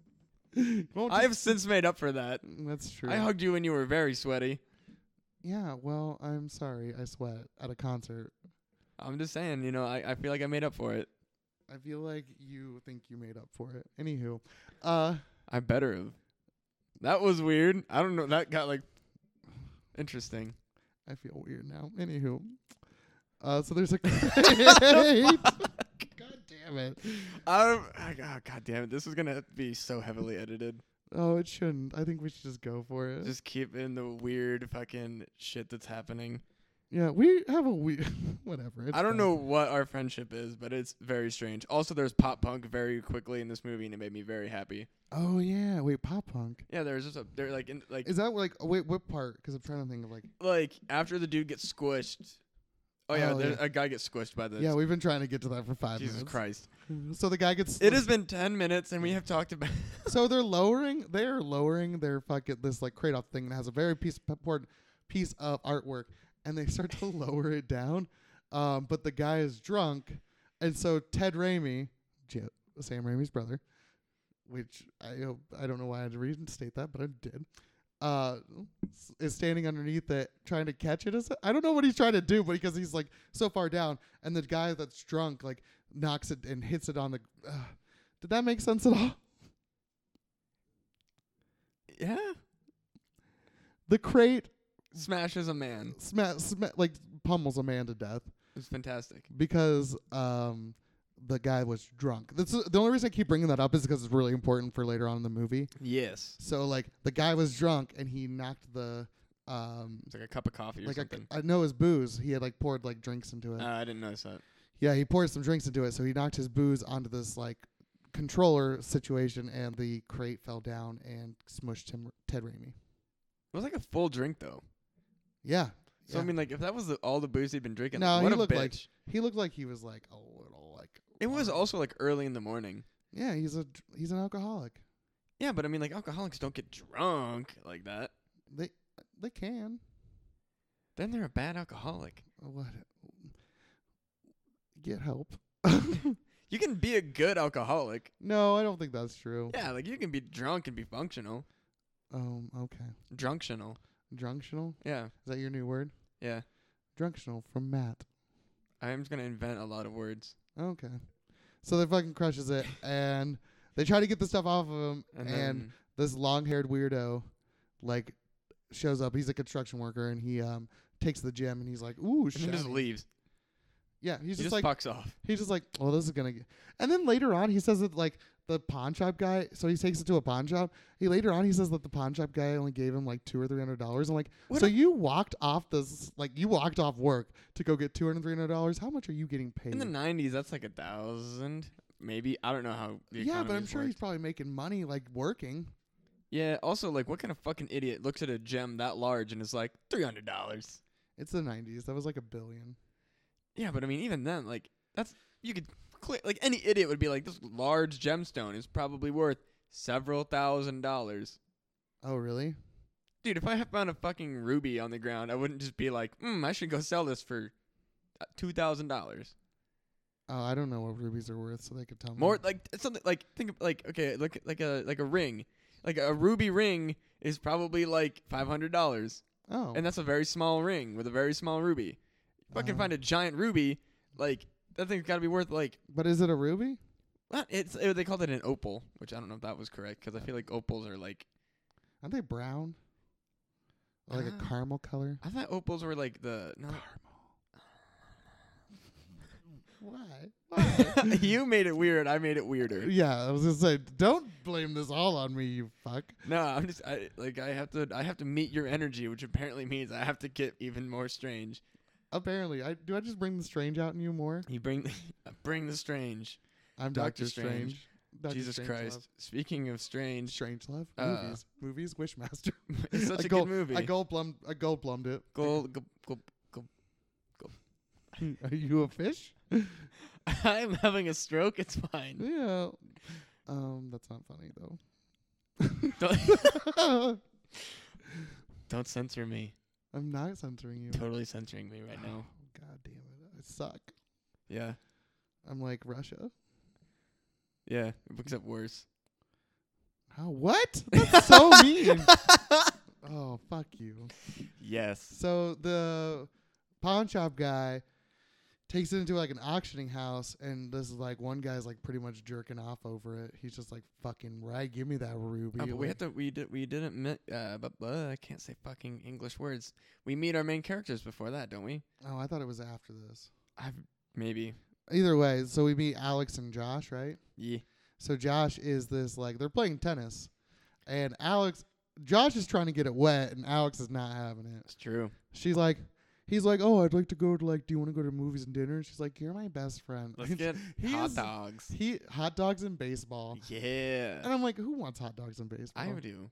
you won't I just- have since made up for that. That's true. I hugged you when you were very sweaty. yeah. Well, I'm sorry. I sweat at a concert. I'm just saying, you know, I, I feel like I made up for it. I feel like you think you made up for it. Anywho, uh, I better have. That was weird. I don't know. That got like interesting. I feel weird now. Anywho, uh, so there's a. God damn it! Um, I- oh, God damn it. This is going to be so heavily edited. Oh, it shouldn't. I think we should just go for it. Just keep in the weird fucking shit that's happening. yeah, we have a weird. whatever. It's I don't fine. know what our friendship is, but it's very strange. Also, there's pop punk very quickly in this movie, and it made me very happy. Oh yeah. Wait, pop punk. Yeah, there's just a they're like in like Is that like? Wait, what part? Because I'm trying to think of like. like after the dude gets squished. Oh yeah, Oh, there, yeah. a guy gets squished by the Yeah, we've been trying to get to that for five Jesus minutes. Christ. So the guy gets. It has been ten minutes, and we have talked about. So they're lowering. They're lowering their fucking this like Kratos thing that has a very piece of important piece of artwork, and they start to lower it down. Um, but the guy is drunk, and so Ted Raimi, J- Sam Raimi's brother, which I hope I don't know why I had to reinstate that, but I did. Uh, s- is standing underneath it trying to catch it. Is it? I don't know what he's trying to do, but because he's like so far down, and the guy that's drunk like knocks it and hits it on the. Uh, did that make sense at all? yeah. The crate smashes a man. sma- sma- like pummels a man to death It's fantastic. because um the guy was drunk. This is, the only reason I keep bringing that up is because it's really important for later on in the movie. Yes. So like the guy was drunk and he knocked the um It's like a cup of coffee or like a, something. I know his booze. He had like poured like drinks into it. Uh, I didn't notice that. yeah, he poured some drinks into it. So he knocked his booze onto this like controller situation and the crate fell down and smushed him Ted Raimi. It was like a full drink though. Yeah. So I Yeah. mean, like if that was the, all the booze he'd been drinking, No, like, he what a looked bitch. like- He looked like he was like a little like it was wild. also like early in the morning. Yeah, he's a dr- he's an alcoholic. Yeah, but I mean, like alcoholics don't get drunk like that. They they can. Oh, Then they're a bad alcoholic. What? Get help. You can be a good alcoholic. no, I don't think that's true. Yeah, like you can be drunk and be functional. Um, okay. Drunctional. Drunctional? Yeah, Is that your new word? yeah. Drunctional from Matt. I'm just gonna invent a lot of words. Okay. So they fucking crushes it and they try to get the stuff off of him and, And, then this long haired weirdo like shows up. He's a construction worker and he um takes the gym and he's like, Ooh and he shit. just leaves. Yeah, he's just he just like fucks off. He's just like, well, this is gonna. Get. And then later on, he says that like the pawn shop guy. So he takes it to a pawn shop. He later on he says that the pawn shop guy only gave him like two or three hundred dollars. I'm like, What so a- you walked off this like you walked off work to go get two hundred three hundred dollars. How much are you getting paid? In the '90s, that's like a thousand, maybe. I don't know how. The yeah, but I'm economy's sure he's worked. probably making money like working. Yeah. Also, like, what kind of fucking idiot looks at a gem that large and is like three hundred dollars? It's the '90s. That was like a billion. Yeah, but I mean, even then, like, that's you could clear, like any idiot would be like, this large gemstone is probably worth several thousand dollars. Oh really? Dude, if I had found a fucking ruby on the ground, I wouldn't just be like, hmm, I should go sell this for uh, two thousand dollars. Oh, I don't know what rubies are worth, so they could tell me. More like it's something like think of like okay, like like a like a ring, like a ruby ring is probably like five hundred dollars. oh, and that's a very small ring with a very small ruby. If Uh-huh. I can find a giant ruby, like that thing's got to be worth like but is it a ruby? what? it's eh, they called it an opal, which I don't know if that was correct because I feel like opals are like Aren't they brown? Or like Ah. a caramel color? I thought opals were like the no. Why? Why? you made it weird. I made it weirder. Yeah, I was gonna say, don't blame this all on me, you fuck. No, I'm just I like I have to I have to meet your energy, which apparently means I have to get even more strange. Apparently, I do. I just bring the strange out in you more. You bring bring the strange. I'm Doctor, Doctor Strange. Doctor Jesus Strange Christ. Love. Speaking of strange, Strange love Uh, movies. Movies. Wishmaster. it's such I a gold, good movie. I gold plumbed. I gold plumbed it. Gold- go- go- Are you a fish? I'm having a stroke. It's fine. Yeah. Um, that's not funny though. Don't censor me. I'm not censoring you. Totally censoring me right now. God damn it! I suck. Yeah. I'm like Russia. Yeah. Except worse. How? What? That's so mean. Oh fuck you. yes. So the pawn shop guy takes it into like an auctioning house, and this is like one guy's like pretty much jerking off over it. He's just like, "Fucking right, give me that ruby." Oh, but we Like, have to. We did. We didn't. Mi- uh, but uh, I can't say fucking English words. We meet our main characters before that, don't we? oh, I thought it was after this. I've maybe. Either way, so we meet Alex and Josh, right? Yeah. So Josh is this like they're playing tennis, and Alex, Josh is trying to get it wet, and Alex is not having it. It's true. She's like, he's like, "Oh, I'd like to go to like, do you want to go to movies and dinner?" And she's like, "You're my best friend." Let's get He hot is- dogs. He hot dogs and baseball. And Yeah. I'm like, who wants hot dogs and baseball? I do.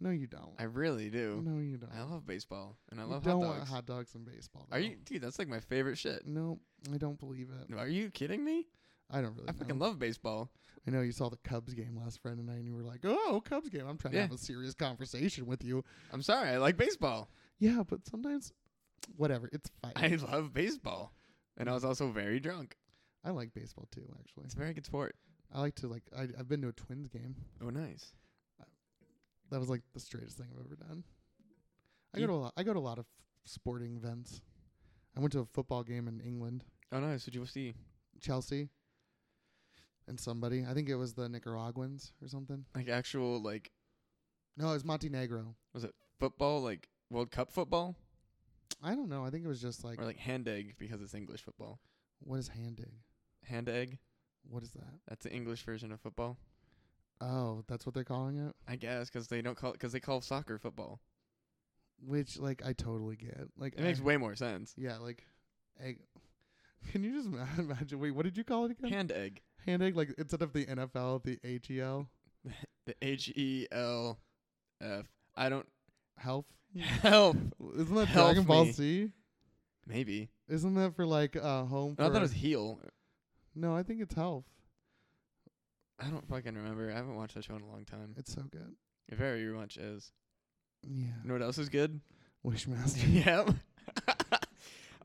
No, you don't. I really do. no, you don't. I love baseball and I You love hot don't dogs. want hot dogs and baseball. Are no. you, dude? That's like my favorite shit. No, I don't believe it. Are you kidding me? I don't really. I fucking know. love baseball. I know you saw the Cubs game last Friday night, and you were like, "Oh, Cubs game! I'm trying Yeah. to have a serious conversation with you." I'm sorry. I like baseball. Yeah, but sometimes, whatever. It's fine. I Mm. I, love baseball. And I was also very drunk. like baseball too, actually. It's a very good sport. I like to like. I, I've been to a Twins game. Oh, nice. That was like the straightest thing I've ever done. I You- go to a lot, I go to a lot of sporting events. I went to a football game in England. Oh, nice. What you see? Chelsea and somebody. I think it was the Nicaraguans or something. Like actual like No, it was Montenegro. football, like World Cup football, I don't know. I think it was just like, or like hand egg because it's English football. what is hand dig? Hand egg. What is that? That's the English version of football, Oh, that's what they're calling it. I guess, because they don't call because they call soccer football. Which like I totally get. Like It makes I- way more sense. yeah, like egg. Can you just ma- imagine? Wait, what did you call it again? Hand egg, Hand egg. Like instead of the NFL, the HEL the H E L F. I don't health. help. Isn't that Health Dragon Ball me. Z? Maybe Isn't that for like uh home? No, I for- thought it was heel. no, I think it's health. I don't fucking remember. I haven't watched that show in a long time. It's so good. It very much is. Yeah. You know what else is good? Wishmaster. yep.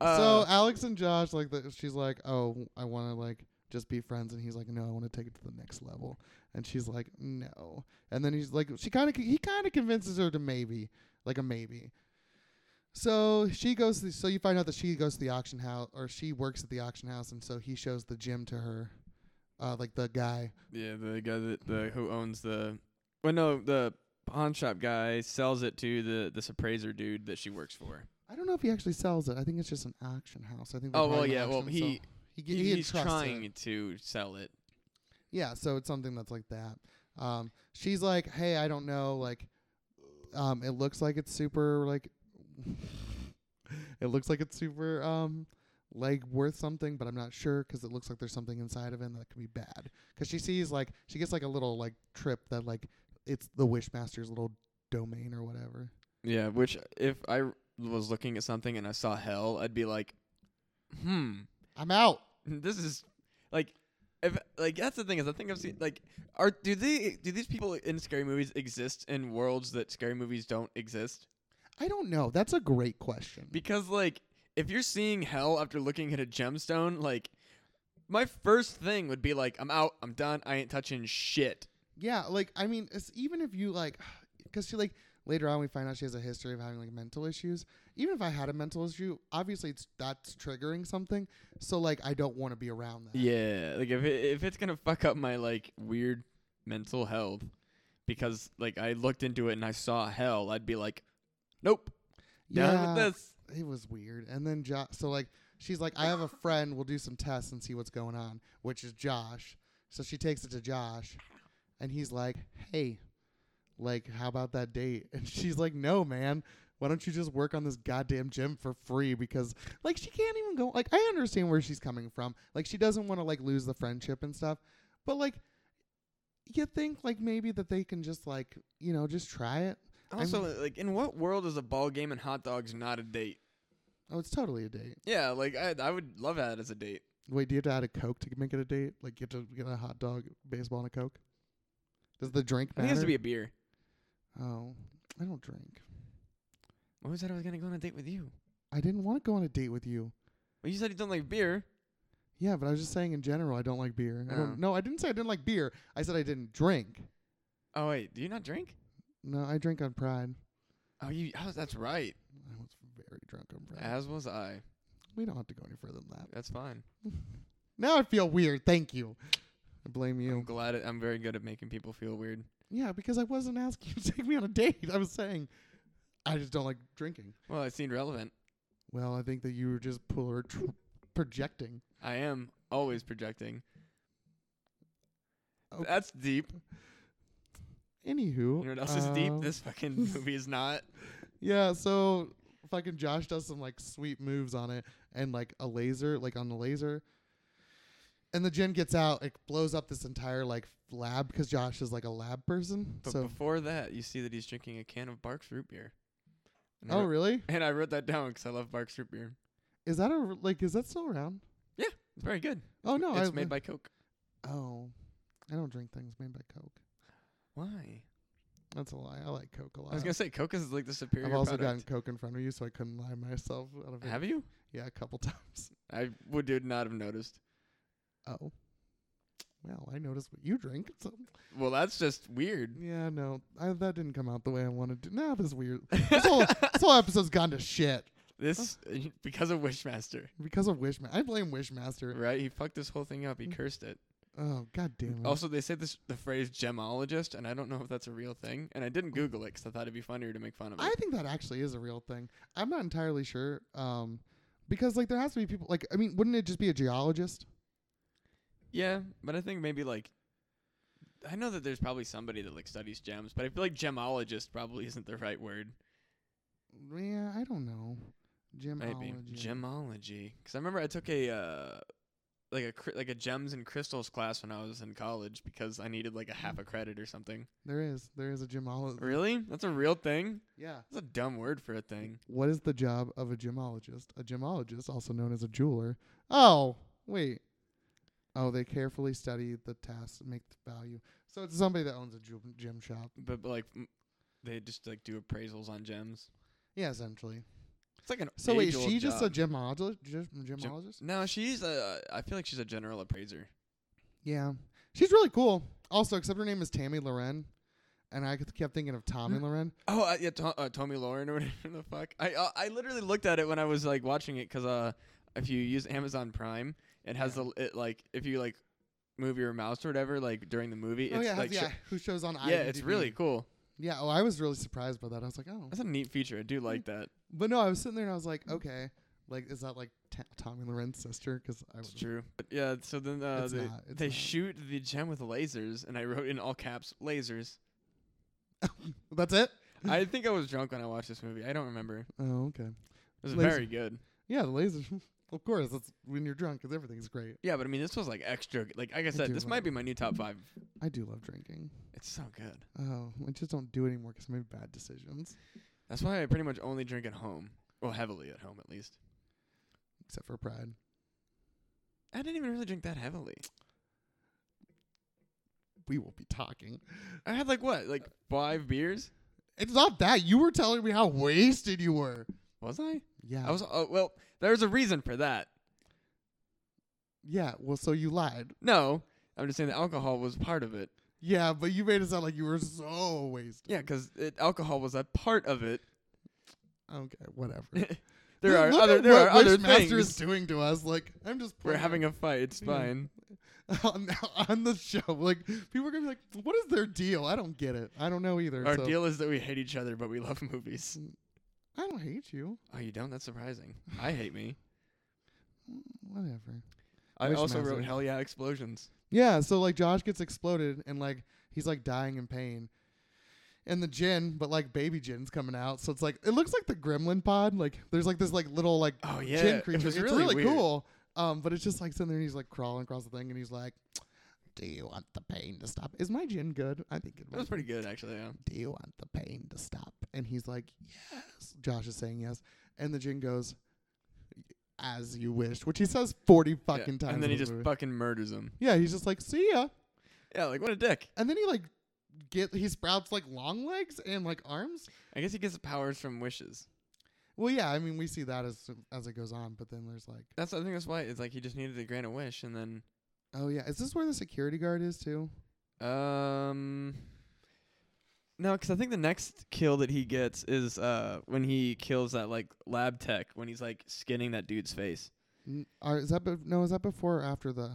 so Uh, Alex and Josh, like, the, she's like, "Oh, I want to like just be friends," and he's like, "No, I want to take it to the next level," and she's like, "No," and then he's like, she kind of he kind of convinces her to maybe, like a maybe. So she goes. To, so you find out that she goes to the auction house, or she works at the auction house, and so he shows the gym to her, uh, like the guy. yeah, the guy that the who owns the well, no, the pawn shop guy sells it to the this appraiser dude that she works for. I don't know if he actually sells it. I think it's just an auction house. I think. Oh they well, probably yeah, well auction, so he, he, ge- he, he he's entrusts it. trying to sell it. Yeah, so it's something that's like that. Um, she's like, "Hey, I don't know. Like, um, it looks like it's super. Like, it looks like it's super. Um, like worth something, but I'm not sure because it looks like there's something inside of it that could be bad. Because she sees like she gets like a little like trip that like it's the Wishmaster's little domain or whatever. Yeah, which if I r- was looking at something and I saw hell, I'd be like, hmm. I'm out. this is like if like that's the thing is I think I've seen like are do they do these people in scary movies exist in worlds that scary movies don't exist? I don't know. That's a great question. Because like if you're seeing hell after looking at a gemstone, like my first thing would be like I'm out, I'm done, I ain't touching shit. Yeah, like I mean, it's, even if you like, because she like later on we find out she has a history of having like mental issues. Even if I had a mental issue, obviously it's that's triggering something. So like I don't want to be around that. Yeah, like if it, if it's gonna fuck up my like weird mental health because like I looked into it and I saw hell, I'd be like, nope, done with Yeah, this. It was weird. And then Josh, so like she's like, I have a friend. We'll do some tests and see what's going on, which is Josh. So she takes it to Josh, and he's like, Hey, like how about that date? And she's like, No, man. Why don't you just work on this goddamn gym for free? Because like she can't even go. Like I understand where she's coming from. Like she doesn't want to like lose the friendship and stuff. But like, you think like maybe that they can just like you know just try it. I'm- Also, like, in what world is a ball game and hot dogs not a date? Oh, it's totally a date. Yeah, like I, I would love that as a date. Wait, do you have to add a Coke to make it a date? Like you have to get a hot dog, baseball, and a Coke. Does the drink I think matter? it has to be a beer. oh, I don't drink. What was that? I was gonna go on a date with you. I didn't want to go on a date with you. Well, you said you don't like beer. Yeah, but I was just saying in general, I don't like beer. I Oh. don't. No, I didn't say I didn't like beer. I said I didn't drink. Oh wait, do you not drink? No, I drink on Pride. Oh, you. Oh, that's right. I was very drunk on Pride. As was I. we don't have to go any further than that. That's fine. Now I feel weird. Thank you. I blame I'm you. glad it, I'm very good at making people feel weird. Yeah, because I wasn't asking you to take me on a date. I was saying I just don't like drinking. Well, it seemed relevant. Well, I think that you were just poor tr- projecting. I am always projecting. Okay. That's deep. Anywho, You know what else is deep? um, This fucking movie is not. yeah. So fucking Josh does some like sweet moves on it, and like a laser, like on the laser, and the gin gets out. It blows up this entire like lab because Josh is like a lab person. But so before that, you see that he's drinking a can of Barks root beer. And I oh wrote- really? And I wrote that down because I love Barks root beer. Is that a like? Is that still around? It's very good. Oh no, it's I, made by Coke. Oh, I don't drink things made by Coke. Why? That's a lie. I like Coke a lot. I was gonna say Coke is like the superior I've also gotten product. Coke in front of you, so I couldn't lie myself out of it. Have you? Yeah, a couple times. I would did not have noticed. Oh. Well, I noticed what you drink. So Well, that's just weird. Yeah, no, I, that didn't come out the way I wanted to. Nah, this is weird. This whole, this whole episode's gone to shit This because of Wishmaster, because of Wishmaster. I blame Wishmaster. right? He fucked this whole thing up. Mm. He cursed it. Oh god damn it! Also, they say this the phrase gemologist, and I don't know if that's a real thing. And I didn't Google it because I thought it'd be funnier to make fun of it. Mm. I think that actually is a real thing. I'm not entirely sure, um, because like there has to be people. Like I mean, wouldn't it just be a geologist? Yeah, but I think maybe like I know that there's probably somebody that like studies gems, but I feel like gemologist probably isn't the right word. Yeah, I don't know. Gemology. Maybe gemology because I remember I took a uh, like a cr- like a gems and crystals class when I was in college because I needed like a half Mm. a credit or something. There is. There is a gemologist. Really? That's a real thing. Yeah. That's a dumb word for a thing. What is the job of a gemologist? A gemologist, also known as a jeweler. Oh, wait. Oh, they carefully study the tasks and make the value. So it's somebody that owns a jewel gem shop. But, but like m- they just like do appraisals on gems. Yeah, essentially. It's like an So wait, age-old she just a job. gemologist? Gemologist? no, she's a. I feel like she's a general appraiser. Yeah. She's really cool. Also, except her name is Tammy Loren. And I kept thinking of Tommy Loren. Oh uh, yeah, to- uh, Tommy Lauren or whatever the fuck. I uh, I literally looked at it when I was like watching it because uh, if you use Amazon Prime, it has Yeah. the it like if you like move your mouse or whatever like during the movie, oh it's yeah, like yeah. sho- who shows on? yeah, it's IMDb. really cool. Yeah. Oh, I was really surprised by that. I was like, oh. That's a neat feature. I do like that. But no, I was sitting there and I was like, okay, like is that like Ta Tommy Loren's sister? Because I It's was true. But yeah, so then uh, It's they, not, it's they not. shoot the gem with lasers, and I wrote in all caps lasers. that's it. I think I was drunk when I watched this movie. I don't remember. Oh, okay. It was Laser. very good. Yeah, the laser. of course, that's when you're drunk, 'cause everything's great. Yeah, but I mean, this was like extra. g- Like, like I said, do this love might it. be my new top five. I do love drinking. It's so good. Oh, I just don't do it anymore 'cause I made bad decisions. That's why I pretty much only drink at home. Well, heavily at home, at least. Except for Pride. I didn't even really drink that heavily. We will be talking. I had like what, like five beers? It's not that you were telling me how wasted you were. Was I? Yeah. I was. Oh well, there's a reason for that. yeah. Well, so you lied. No, I'm just saying the alcohol was part of it. Yeah, but you made it sound like you were so wasted. Yeah, 'cause it, alcohol was a part of it. Okay, whatever. There are Look other. at There what are other Wishmaster things. is doing to us. Like I'm just. We're playing having a fight. It's Yeah. fine. on, on the show. Like people are gonna be like, "What is their deal?" I don't get it. I don't know either. Our so- deal is that we hate each other, but we love movies. I don't hate you. Oh, you don't? That's surprising. I hate me. Whatever. I also Wishmaster. wrote hell yeah explosions. Yeah. So like Josh gets exploded and like he's like dying in pain. And the gin, but like baby gin's coming out, so it's like it looks like the Gremlin pod. Like there's like this like little like Oh yeah, gin creature. It was it's really, really weird. cool. Um, but it's just like sitting there and he's like crawling across the thing and he's like, "Do you want the pain to stop? Is my gin good? I think it That was might pretty good actually. Yeah. do you want the pain to stop? And he's like, yes. Josh is saying yes. And the Jin goes, as you wish, which he says 40 Yeah, fucking times. And then in he the just movie. fucking murders him. yeah, he's just like, see ya. Yeah, like what a dick. And then he like, get, he sprouts like long legs and like arms. I guess he gets the powers from wishes. Well, yeah, I mean, we see that as, as it goes on, but then there's like, That's I think that's why it's like he just needed to grant a wish and then oh yeah, is this where the security guard is too? um No, 'cause I think the next kill that he gets is uh when he kills that like lab tech when he's like skinning that dude's face. N- Or is that, be- no, is that before or after the,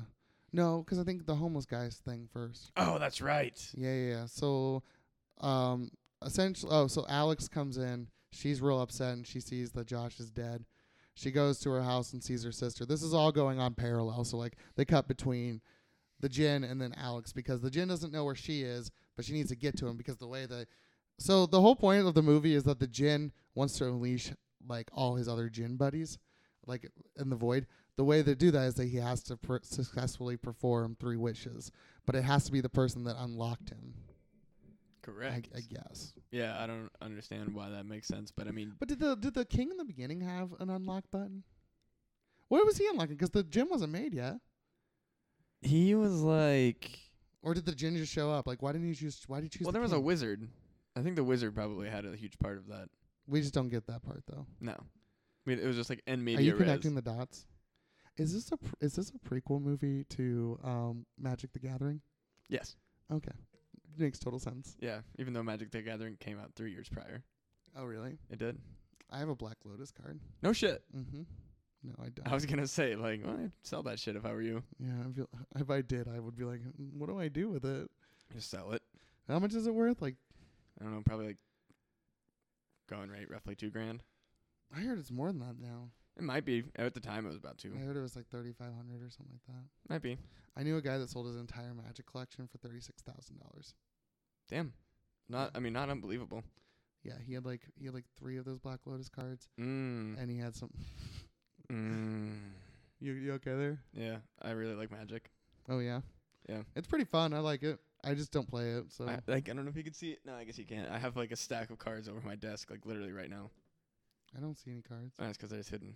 no, because I think the homeless guy's thing first. Oh, that's right. Yeah, yeah. yeah. So, um, essentially, oh, so Alex comes in. She's real upset, and she sees that Josh is dead. She goes to her house and sees her sister. This is all going on parallel. So, like, they cut between the Jin and then Alex because the Jin doesn't know where she is, but she needs to get to him because the way the so the whole point of the movie is that the Jin wants to unleash like all his other Jin buddies, like in the void. The way they do that is that he has to per- successfully perform three wishes but it has to be the person that unlocked him. I, Correct. I guess. yeah, I don't understand why that makes sense, but I mean But did the did the king in the beginning have an unlock button? What was he unlocking? Because the gym wasn't made yet. he was like Or did the gin just show up? Like, why didn't you choose? Why did you choose? Well, the there was a king? wizard. I think the wizard probably had a huge part of that. we just don't get that part though. No. I mean, it was just like end media Are you res. connecting the dots? Is this a pr- is this a prequel movie to um, Magic the Gathering? Yes. Okay, makes total sense. Yeah, even though Magic the Gathering came out three years prior. Oh really? It did. I have a Black Lotus card. No shit. Mm-hmm. No, I don't. I was gonna say, like, well, I'd sell that shit if I were you. yeah, I feel, if I did, I would be like, "Mm, what do I do with it? Just sell it. How much is it worth? Like. I don't know, probably like going rate roughly two grand. I heard it's more than that now. It might be. At the time, it was about two. I heard it was like thirty five hundred or something like that. Might be. I knew a guy that sold his entire magic collection for thirty six thousand dollars. Damn. Not. I mean, not unbelievable. Yeah, he had like he had like three of those Black Lotus cards, Mm. and he had some. Mm. You you okay there? Yeah, I really like Magic. Oh yeah, Yeah. It's pretty fun. I like it. I just don't play it. So I, like, I don't know if you can see it. No, I guess you can't. I have like a stack of cards over my desk, like literally right now. I don't see any cards. Oh, that's because I just hidden.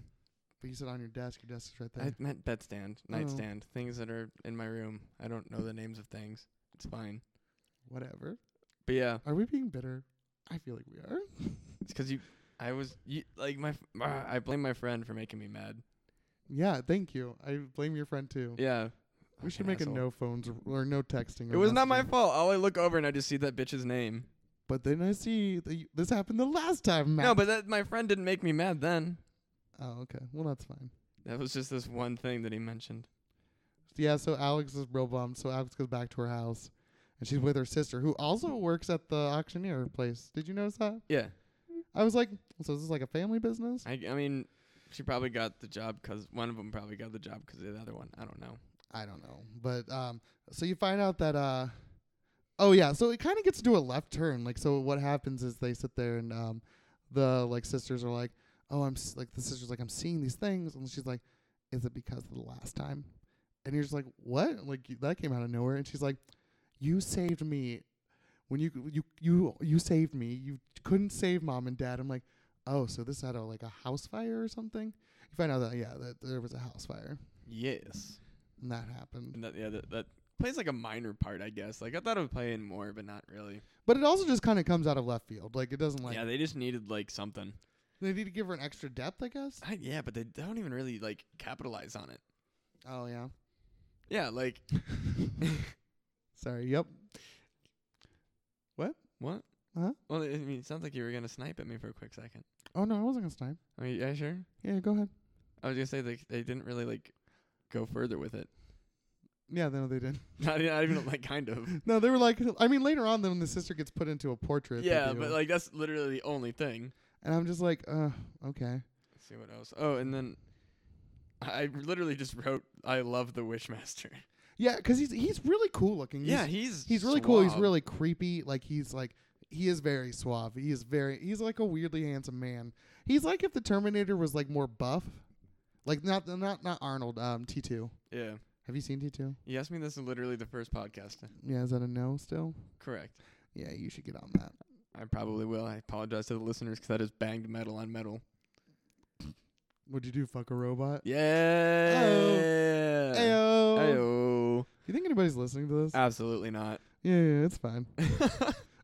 But you sit on your desk. Your desk is right there. I meant bedstand, Oh. nightstand, things that are in my room. I don't know the names of things. It's fine. Whatever. But yeah, Are we being bitter? I feel like we are. it's because you. I was you, like my. f- ah, I blame my friend for making me mad. yeah. Thank you. I blame your friend too. Yeah. we should Fucking make asshole. a no phones r- or no texting. It or was not my messaging. fault. All I look over and I just see that bitch's name. But then I see that you, this happened the last time. Matt. No, but that my friend didn't make me mad then. oh, okay. Well, that's fine. That was just this one thing that he mentioned. Yeah. So Alex is real bummed. So Alex goes back to her house, and she's with her sister, who also works at the auctioneer place. Did you notice that? Yeah. I was like, so is this like a family business? I, I mean, she probably got the job 'cause one of them probably got the job 'cause of the other one. I don't know. I don't know. But um so you find out that uh oh yeah, so it kind of gets to do a left turn. Like so what happens is they sit there and um the like sisters are like, "Oh, I'm s like the sisters like I'm seeing these things." And she's like, "Is it because of the last time?" And you're just like, "What?" Like y- that came out of nowhere. And she's like, "You saved me when you you you you saved me. You couldn't save mom and dad." I'm like, "Oh, so this had a like a house fire or something?" You find out that yeah, that there was a house fire Yes. and that happened. And that yeah that, that plays like a minor part, I guess. Like I thought it would play in more, but not really. But it also just kind of comes out of left field. Like it doesn't like yeah, they just needed like something. they need to give her an extra depth, I guess. I, yeah, but they don't even really like capitalize on it. Oh yeah. Yeah, like Sorry. Yep. what? Huh? Well, I mean, it sounds like you were gonna snipe at me for a quick second. Oh no, I wasn't gonna snipe. Are you, are you sure? Yeah, go ahead. I was gonna say like they didn't really like go further with it. Yeah, no, they did. Not, not even like kind of. No, they were like. I mean, later on, then when the sister gets put into a portrait. they yeah, do. but like that's literally the only thing. and I'm just like, uh, okay. Let's see what else. Oh, and then I literally just wrote, "I love the Wishmaster." Yeah, 'cause he's he's really cool looking. He's- Yeah, he's he's really cool. He's suave. really creepy. Like he's like he is very suave. He is very he's like a weirdly handsome man. He's like if the Terminator was like more buff, like not not not Arnold. Um, T two. yeah. Have you seen T two? You asked me this in literally the first podcast. Yeah, is that a no still? Correct. Yeah, you should get on that. I probably will. I apologize to the listeners 'cause I just banged metal on metal. Would you do fuck a robot? Yeah. Ayo. Ayo. Ah. You think anybody's listening to this? Absolutely not. yeah, yeah, it's fine.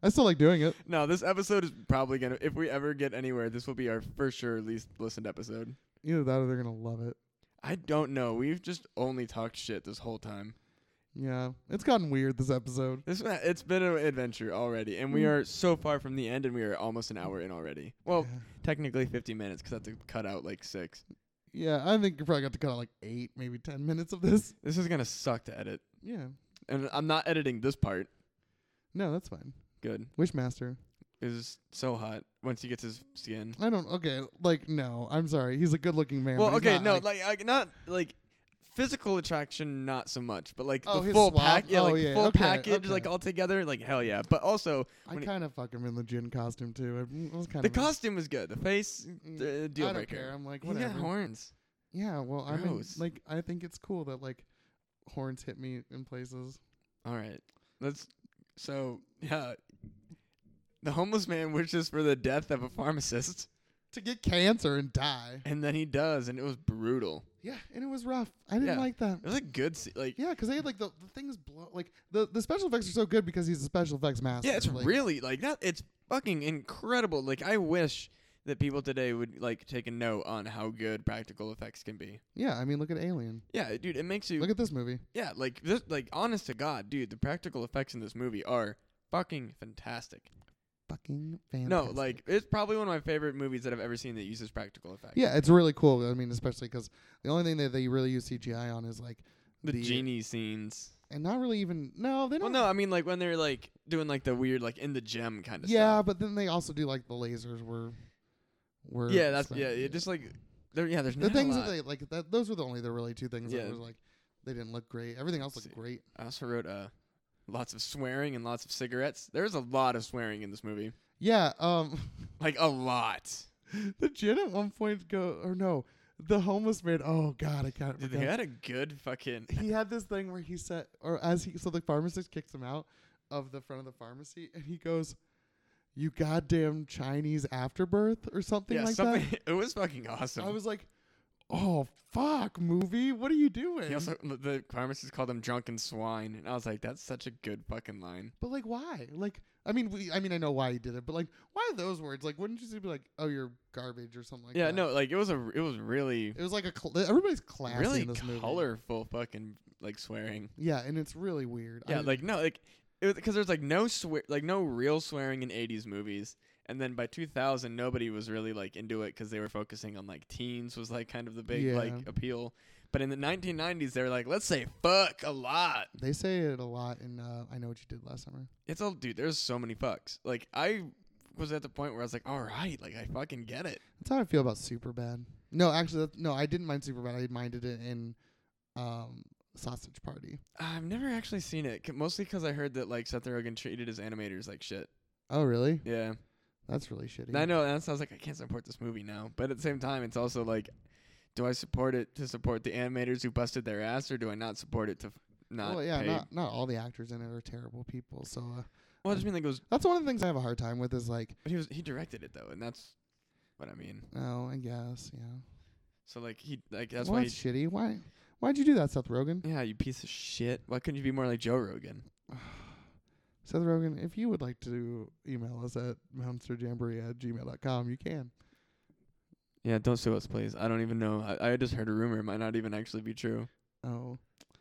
I still like doing it. no, this episode is probably gonna. If we ever get anywhere, this will be our for sure least listened episode. Either that or they're gonna love it. I don't know. We've just only talked shit this whole time. Yeah, it's gotten weird this episode. This one- it's been an adventure already, and Mm. we are so far from the end, and we are almost an hour in already. Well, yeah. technically 50 minutes because I have to cut out like six. Yeah, I think you probably got to cut out like eight, maybe ten minutes of this. This is gonna suck to edit, Yeah, and I'm not editing this part. no, that's fine. Good, Wishmaster. it is so hot once he gets his skin. I don't. Okay, like no, I'm sorry. He's a good-looking man. Well, but he's not, okay, no, like- like, like not like physical attraction, not so much, but like Oh, the his full swab? pack, yeah, Oh, like yeah, full okay, package, like okay. all together, like hell yeah. But also I when he- kind of fuck him in the gin costume too. I was kind the of a- costume was good. The face, the deal Mm, I don't breaker. care. I'm like He's whatever. got horns. yeah, well, I mean, Gross. like I think it's cool that like horns hit me in places. All right. Let's. So, yeah. The homeless man wishes for the death of a pharmacist, to get cancer and die. and then he does, and it was brutal. Yeah, and it was rough. I didn't Yeah. like that. It was a good. Se- like, yeah, Yeah, because they had like the, the things blow like the, the special effects are so good because he's a special effects master. it's like, really like that. It's fucking incredible. Like, I wish that people today would like take a note on how good practical effects can be. Yeah, I mean, look at Alien. Yeah, dude, it makes you. Look at this movie. yeah, like this. Like, honest to God, dude, the practical effects in this movie are fucking fantastic. Fucking fantastic. No, like it's probably one of my favorite movies that I've ever seen that uses practical effects. yeah, it's really cool. I mean, especially because the only thing that they really use CGI on is like the, the- genie scenes. and not really even no they Well, don't. no, I mean like when they're like doing like the weird like in the gym kind of yeah, stuff. but then they also do like the lasers were were yeah, that's spent- yeah, it just like There, yeah, there's The not things a that lot. they like that those were the only the really two things Yeah. that was like they didn't look great. Everything else looked See. great. I also wrote uh, lots of swearing and lots of cigarettes. There's a lot of swearing in this movie, Yeah, um like a lot. the gin at one point go or no, the homeless man. Oh god, I can't. Dude, they had a good fucking. He had this thing where he said, or as he so the pharmacist kicks him out of the front of the pharmacy, and he goes, "You goddamn Chinese afterbirth" or something yeah, like something. It was fucking awesome. that. I was like, "Oh fuck, movie, what are you doing?" He also the pharmacist called him drunken swine, and I was like, that's such a good fucking line. But like, why? Like, I mean, we, I mean, I know why he did it, but like, why those words? Like, wouldn't you just be like, "Oh, you're garbage" or something like yeah, that? no, like it was a it was really It was like a cl- everybody's classy really in this movie. colorful fucking like swearing. Yeah, and it's really weird. I Yeah, didn't- like no, like because there's like no swear, like no real swearing in '80s movies, and then by 2000, nobody was really like into it because they were focusing on like teens was like kind of the big Yeah. like appeal. But in the 1990s, they were like, let's say fuck a lot. They say it a lot in uh, I Know What You Did Last Summer. It's all dude. There's so many fucks. Like I was at the point where I was like, all right, like I fucking get it. That's how I feel about Superbad. No, actually, that, no, I didn't mind Superbad. I minded it in um, Sausage Party. I've never actually seen it, c- mostly because I heard that like Seth Rogen treated his animators like shit. Oh, really? Yeah, That's really shitty. And I know. And so I was like, I can't support this movie now. But at the same time, it's also like, do I support it to support the animators who busted their ass, or do I not support it to f- not? Well, yeah, pay? not not all the actors in it are terrible people. So uh, Well, I just mean like it was. that's one of the things I have a hard time with. Is like, But he was he directed it though, and that's what I mean. oh, I guess, yeah. So like he like that's well, why. that's shitty. Why? Why'd you do that, Seth Rogen? He, yeah, you piece of shit. Why couldn't you be more like Joe Rogan? Seth Rogen, if you would like to email us at monsterjamboree at gmail dot com, you can. Yeah, don't sue us, please. I don't even know. I, I just heard a rumor. It might not even actually be true. Oh,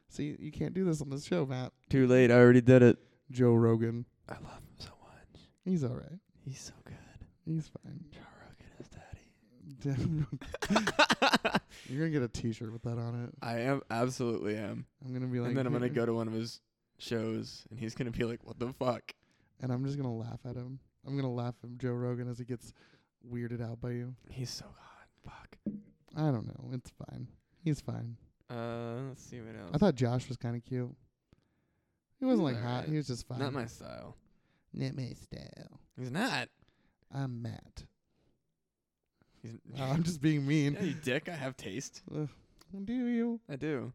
see, you can't do this on this show, Matt. Too late. I already did it. Joe Rogan, I love him so much. he's all right. He's so good. He's fine. Joe Rogan is daddy. You're gonna get a T-shirt with that on it. I am absolutely am. I'm gonna be like, and then I'm gonna go to one of his shows, and he's gonna be like, "What the fuck?" and I'm just gonna laugh at him. I'm gonna laugh at Joe Rogan as he gets weirded out by you. He's so hot. Fuck. I don't know. It's fine. He's fine. Uh, let's see what I else. thought Josh was kind of cute. He wasn't He's like hot. alright. He was just fine. Not my style. Not my style. He's not. I'm Matt. He's. Wow, I'm just being mean. yeah, you dick. I have taste. Do you? I do.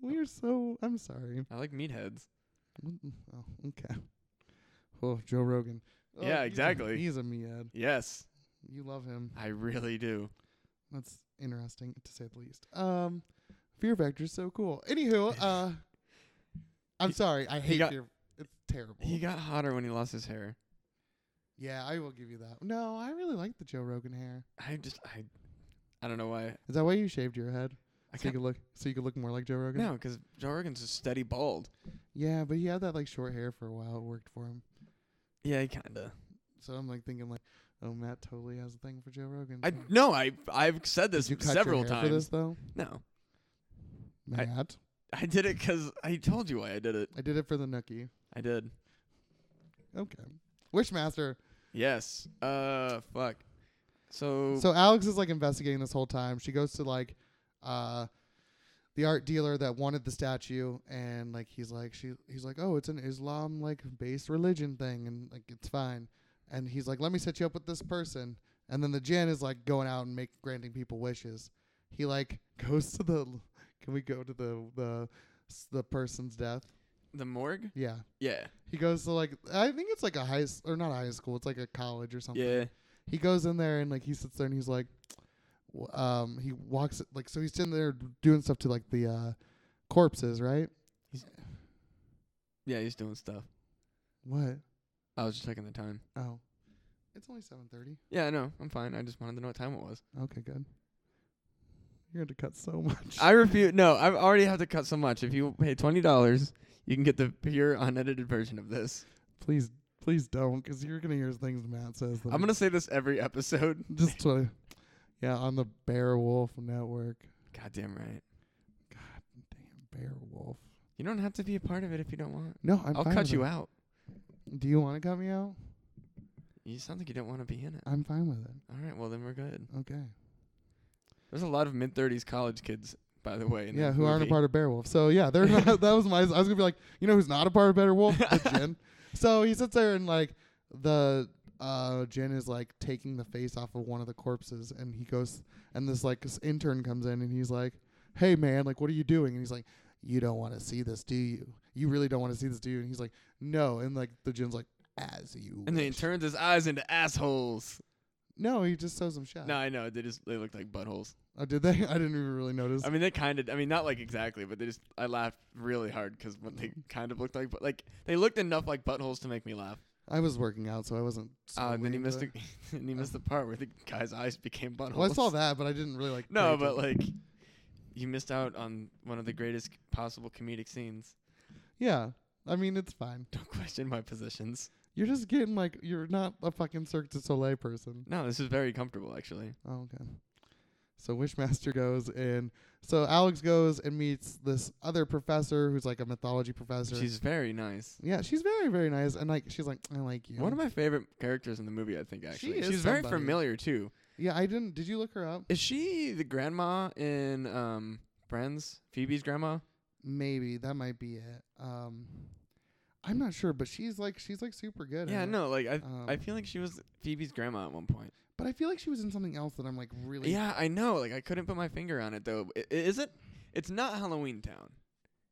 We are so. I'm sorry. I like meatheads. Oh, okay. Oh, Joe Rogan. Oh, Yeah, he's a- exactly. He's a mead. Yes, You love him. I really do. That's interesting to say the least. Um, Fear Factor's so cool. Anywho, uh, I'm He- sorry. I he hate got- Fear. It's terrible. He got hotter when he lost his hair. yeah, I will give you that. No, I really like the Joe Rogan hair. I just I, I don't know why. Is that why you shaved your head? I So you can't. could look, so you could look more like Joe Rogan. No, because Joe Rogan's a steady bald. Yeah, but he had that like short hair for a while. It worked for him. Yeah, he kinda. So I'm like thinking like, oh, Matt totally has a thing for Joe Rogan. I no. I I've said this Did you cut several your hair times. for this though, No, I- Matt. I did it 'cause I told you why I did it. I, did it for the nookie. I did. Okay. Wishmaster. Yes. Uh, fuck. So, So Alex is like investigating this whole time. She goes to like, uh, the art dealer that wanted the statue, and like he's like she he's like oh it's an Islam like based religion thing, and like it's fine. And he's like let me set you up with this person, and then the jinn is like going out and make granting people wishes. He like goes to the can we go to the the the person's death? the morgue. Yeah. Yeah. He goes to like I think it's like a high s- or not a high school. It's like a college or something. Yeah. He goes in there and like he sits there and he's like, w- um, he walks like so he's sitting there doing stuff to like the uh, corpses, right? Yeah. He's doing stuff. What? I was just checking the time. Oh, it's only seven thirty. Yeah. I know. I'm fine. I just wanted to know what time it was. Okay, good. You're going to cut so much. I refuse. No, I already have to cut so much. If you pay twenty dollars, you can get the pure unedited version of this. please, please don't, because you're gonna hear things Matt says. That I'm are gonna say this every episode. just sort of- yeah on the Bear Wolf Network. Goddamn right. Damn Bear Wolf. You don't have to be a part of it if you don't want. No, I'm. i will fine cut with you it. out. Do you want to cut me out? You sound like you don't want to be in it. I'm fine with it. All right, well then we're good. Okay. There's a lot of mid thirties college kids, by the way. In yeah, that who aren't a movie. part of Beowulf. So yeah, they're not, that was my. I was gonna be like, you know, who's not a part of Beowulf? The Jin. So he sits there and like the uh Jin is like taking the face off of one of the corpses, and he goes, and this like this intern comes in, and he's like, hey man, like what are you doing? And he's like, you don't want to see this, do you? You really don't want to see this, do you? And he's like, no. And like the Jin's like, as you. And then he wish." turns his eyes into assholes. No, he just sews them shut. No, I know. They just they looked like buttholes. Oh, did they? I didn't even really notice. I mean, they kind of. I mean, not like exactly, but they just. I laughed really hard because what they kind of looked like, but like they looked enough like buttholes to make me laugh. I was working out, so I wasn't. Uh, and then he scrolling missed. into The, and he missed the part where the guy's eyes became buttholes. Well, I saw that, but I didn't really like. No, pay but attention. like, you missed out on one of the greatest possible comedic scenes. yeah, I mean it's fine. Don't question my positions. You're just getting like you're not a fucking Cirque du Soleil person. No, this is very comfortable actually. Oh, okay. So Wishmaster goes and so Alex goes and meets this other professor who's like a mythology professor. She's very nice. yeah, she's very very nice and like she's like I like you. One of my favorite characters in the movie, I think. Actually, is she's very somebody. familiar too. yeah, I didn't. Did you look her up? Is she the grandma in um, Friends? Phoebe's grandma. Maybe that might be it. Um, I'm not sure, but she's like she's like super good. Yeah, in it. no, like I, I Um, feel like she was Phoebe's grandma at one point. But I feel like she was in something else that I'm like really. Yeah, I know. Like I couldn't put my finger on it though. I- i- Is it? It's not Halloween Town,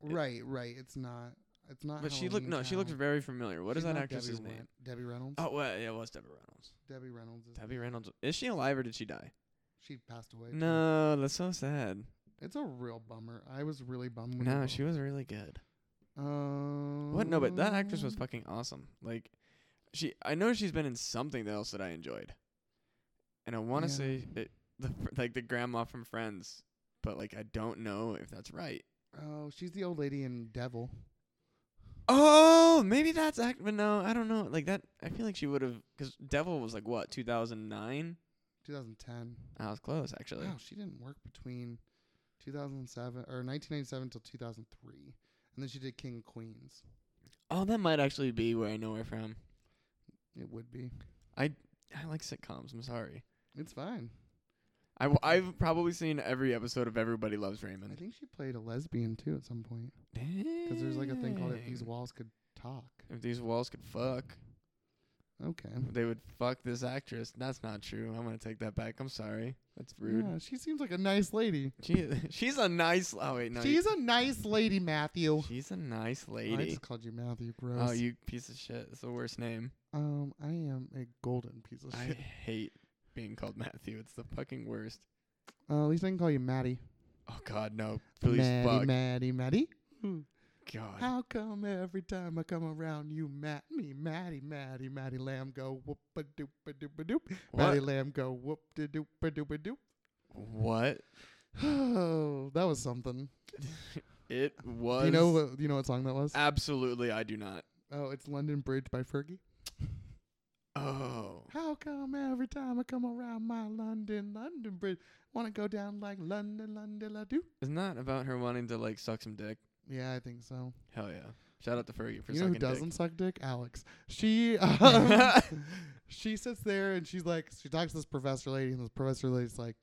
Right, right. It's not. It's not. but she looked. No, Halloween she looks Town. very familiar. What is She's that not actress's Debbie Re- name? Debbie Reynolds. Oh, well, yeah, it was Debbie Reynolds. Debbie Reynolds. Is, Debbie Reynolds. Is she alive or did she die? she passed away. too. No, that's so sad. it's a real bummer. I was really bummed. When No, she was really good. Um, What? No, but that actress was fucking awesome. Like, she. I know she's been in something else that I enjoyed, and I want to Yeah. say it, the fr- like the grandma from Friends, but like I don't know if that's right. Oh, she's the old lady in Devil. Oh, maybe that's act. But no, I don't know. Like that, I feel like she would have because Devil was like what 2009. 2010. I was close actually. Wow, she didn't work between 2007 or 1997 till 2003, and then she did King of Queens. Oh, that might actually be where I know her from. It would be. I like sitcoms. I'm sorry. It's fine. I w- I've probably seen every episode of Everybody Loves I Raymond. think she played a lesbian too at some point. Because there's like a thing called if these Dang. walls could talk. If these walls could fuck. Okay. they would fuck this actress. That's not true. I'm gonna take that back. I'm sorry. That's rude. Yeah, she seems like a nice lady. She she's a nice. Oh wait, no. you- She's a nice lady, Matthew. she's a nice I lady. just called you Matthew. Gross. Oh, you piece of shit. It's the worst name. um, I am a golden piece of I shit. hate being called Matthew. It's the fucking worst. Uh, at least I can call you Maddie. Oh God, no. Please Maddie, fuck. Maddie, Maddie. God. How come every time I come around you mat me, Maddie, Maddie, Maddie Lamb go whoop a doop a doop a doop. Maddie What? Lamb go whoop a doop a doop a doop. What? Oh, that was something. It was. Do you know what? Do you know what song that was? Absolutely, I do not. Oh, it's London Bridge by Fergie. Oh. How come every time I come around my London, London Bridge, wanna go down like London, London, la do? Isn't that about her wanting to like suck some dick? Yeah, I think so. Hell yeah. Shout out to Fergie for you know sucking who doesn't dick. suck dick? Alex. She um, she sits there and she's like, she talks to this professor lady, and this professor lady's like,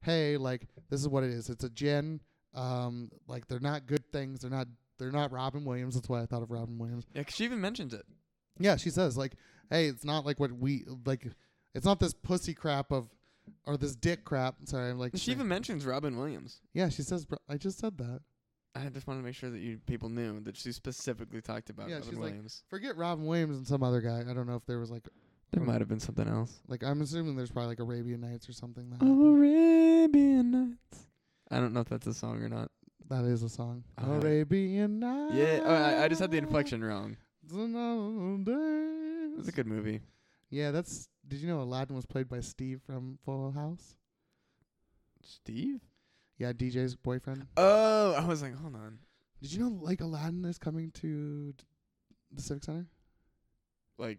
"Hey, like this is what it is. It's a gin. Um, like they're not good things. They're not." They're not Robin Williams. That's why I thought of Robin Williams. Yeah, 'cause she even mentions it. Yeah, she says like, "Hey, it's not like what we like. It's not this pussy crap of, or this dick crap." Sorry, I'm like. She even mentions Robin Williams. Yeah, she says. Bro- I just said that. I just wanted to make sure that you people knew that she specifically talked about Yeah, Robin she's like- Williams. Forget Robin Williams and some other guy. I don't know if there was like, there might have been something else. like I'm assuming there's probably like Arabian Nights or something. That happened. Arabian Nights. I don't know if that's a song or not. that is a song. Uh, Arabian Nights. Yeah, oh, I, I just had the inflection wrong. It's another It was day. a good movie. Yeah, that's. Did you know Aladdin was played by Steve from Full House? Steve? Yeah, DJ's boyfriend. Oh, I was like, hold on. Did you know like Aladdin is coming to d- the Civic Center? Like,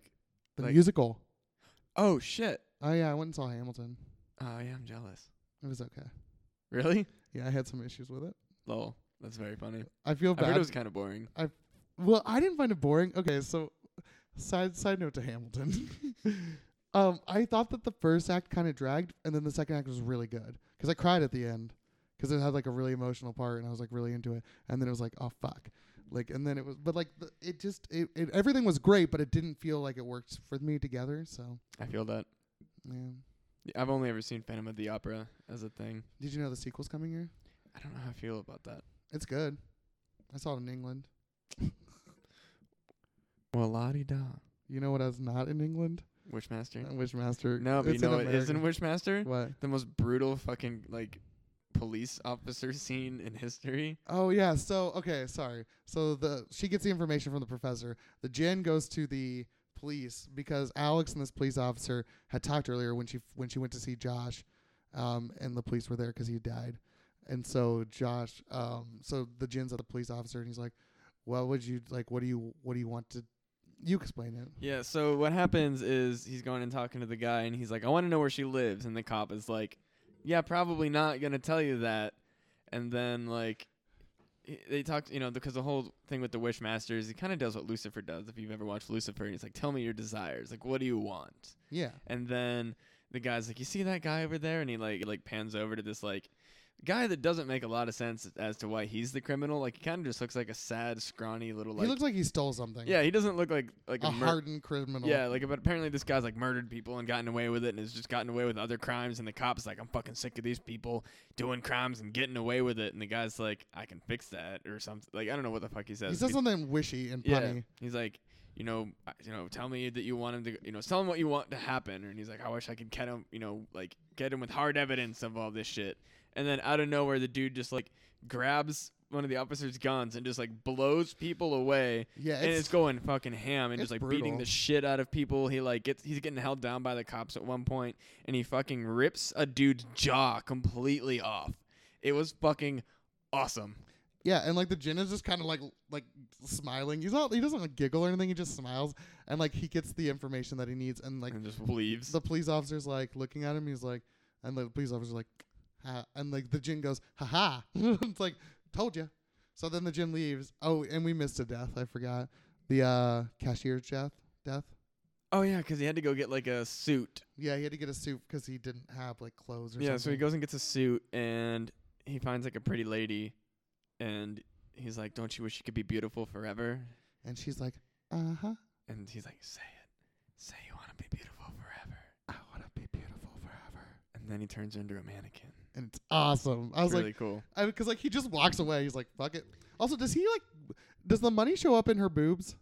The Like- musical. oh shit. Oh yeah, I went and saw Hamilton. Oh yeah, I'm jealous. It was okay. Really? Yeah, I had some issues with it. Lol. That's very funny. I feel I heard bad. it was kind of boring. Well, I didn't find it boring. Okay, so side side note to Hamilton. Um, I thought that the first act kind of dragged, and then the second act was really good because I cried at the end because it had like a really emotional part, and I was like really into it. And then it was like, oh fuck, like, and then it was, but like, the, it just, it, it, everything was great, but it didn't feel like it worked for me together. So, I feel that. yeah. I've only ever seen Phantom of the Opera as a thing. Did you know the sequel's coming here? I don't know how I feel about that. It's good. I saw it in England. Well, la di da. You know what? I was not in England. Wishmaster. Uh, Wishmaster. No, but It's you in know it isn't America. Wishmaster. What? The most brutal fucking like police officer scene in history. Oh yeah. So okay, sorry. So the she gets the information from the professor. The Jen goes to the police because Alex and this police officer had talked earlier when she when she went to see Josh, um, and the police were there because he died, and so Josh, um, so the Jen's at the police officer and he's like, "Well, would you like? What do you what do you want to? You explain it." Yeah, so what happens is he's going and talking to the guy and he's like, I want to know where she lives and the cop is like, Yeah, probably not gonna tell you that and then like he- they talked, you know, because the whole thing with the Wishmaster is he kind of does what Lucifer does. If you've ever watched Lucifer, and he's like, "Tell me your desires. Like, what do you want?" Yeah. And then the guy's like, "You see that guy over there?" And he like like pans over to this like guy that doesn't make a lot of sense as to why he's the criminal. Like, he kind of just looks like a sad, scrawny little like. he looks like he stole something. yeah, he doesn't look like like a, a, mur- hardened criminal. yeah, like but apparently this guy's like murdered people and gotten away with it and has just gotten away with other crimes and the cops like I'm fucking sick of these people doing crimes and getting away with it and the guy's like I can fix that or something like I don't know what the fuck he says. he says something wishy and yeah. punny. He's like, you know, I- you know, tell me that you want him to, you know, tell him what you want to happen. And he's like, I wish I could get him, you know, like get him with hard evidence of all this shit. And then out of nowhere, the dude just like grabs one of the officer's guns and just like blows people away. Yeah, and it's- it's going fucking ham and it's just like brutal. beating the shit out of people. He like gets he's getting held down by the cops at one point, and he fucking rips a dude's jaw completely off. It was fucking awesome. Yeah, and like the Jin is just kind of like like smiling. He's not he doesn't like giggle or anything. He just smiles and like he gets the information that he needs. And like And just leaves. the police officer's like looking at him. He's like, and the police officer's like, ha, and like the Jin goes, ha ha. it's like told you. So then the Jin leaves. Oh, and we missed a death. I forgot the uh, cashier's death. Death. Oh yeah, because he had to go get like a suit. Yeah, he had to get a suit because he didn't have like clothes or Yeah, so he something. goes and gets a suit, and he finds like a pretty lady, and he's like, "Don't you wish you could be beautiful forever?" and she's like, uh huh. And he's like, "Say it, say you want to be beautiful forever." I want to be beautiful forever. And then he turns into a mannequin. And it's awesome. I was like, really cool. I because like he just walks away. He's like, "Fuck it." Also, does he like? Does the money show up in her boobs?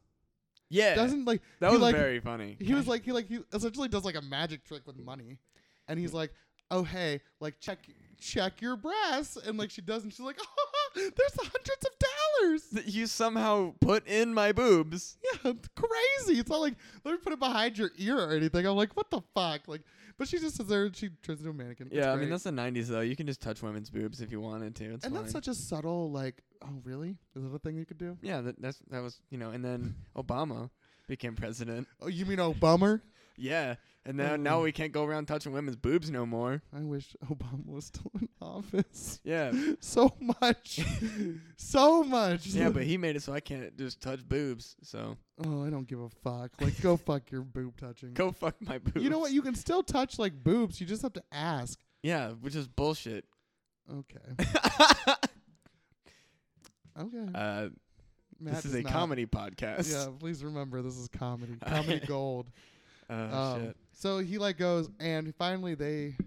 Yeah, Doesn't like that he, was like, very funny. He was like he like he essentially does like a magic trick with money, and he's like, "Oh hey, like check check your breasts," and like she does, and she's like, "There's hundreds of dollars." That you somehow put in my boobs. Yeah, it's crazy. It's not like let me put it behind your ear or anything. I'm like, what the fuck? Like, but she just sits there and she turns into a mannequin. It's Yeah, I great. mean that's the '90s though. You can just touch women's boobs if you wanted to. It's and fine. that's such a subtle like. Oh really? Is that a thing you could do? yeah, that, that's that was you know. And then Obama became president. Oh, you mean oh bummer? Yeah, and now now Mm. we can't go around touching women's boobs no more. I wish Obama was still in office. Yeah, So much. so much. yeah, but he made it so I can't just touch boobs. So Oh, I don't give a fuck. Like, go fuck your boob touching. go fuck my boobs. Mm. you know what? You can still touch, like, boobs. You just have to ask. yeah, which is bullshit. Okay. Okay. uh, Matt this is does a not- comedy podcast. Yeah, please remember this is comedy. Comedy gold. Oh Um, shit. So he, like, goes, and finally they.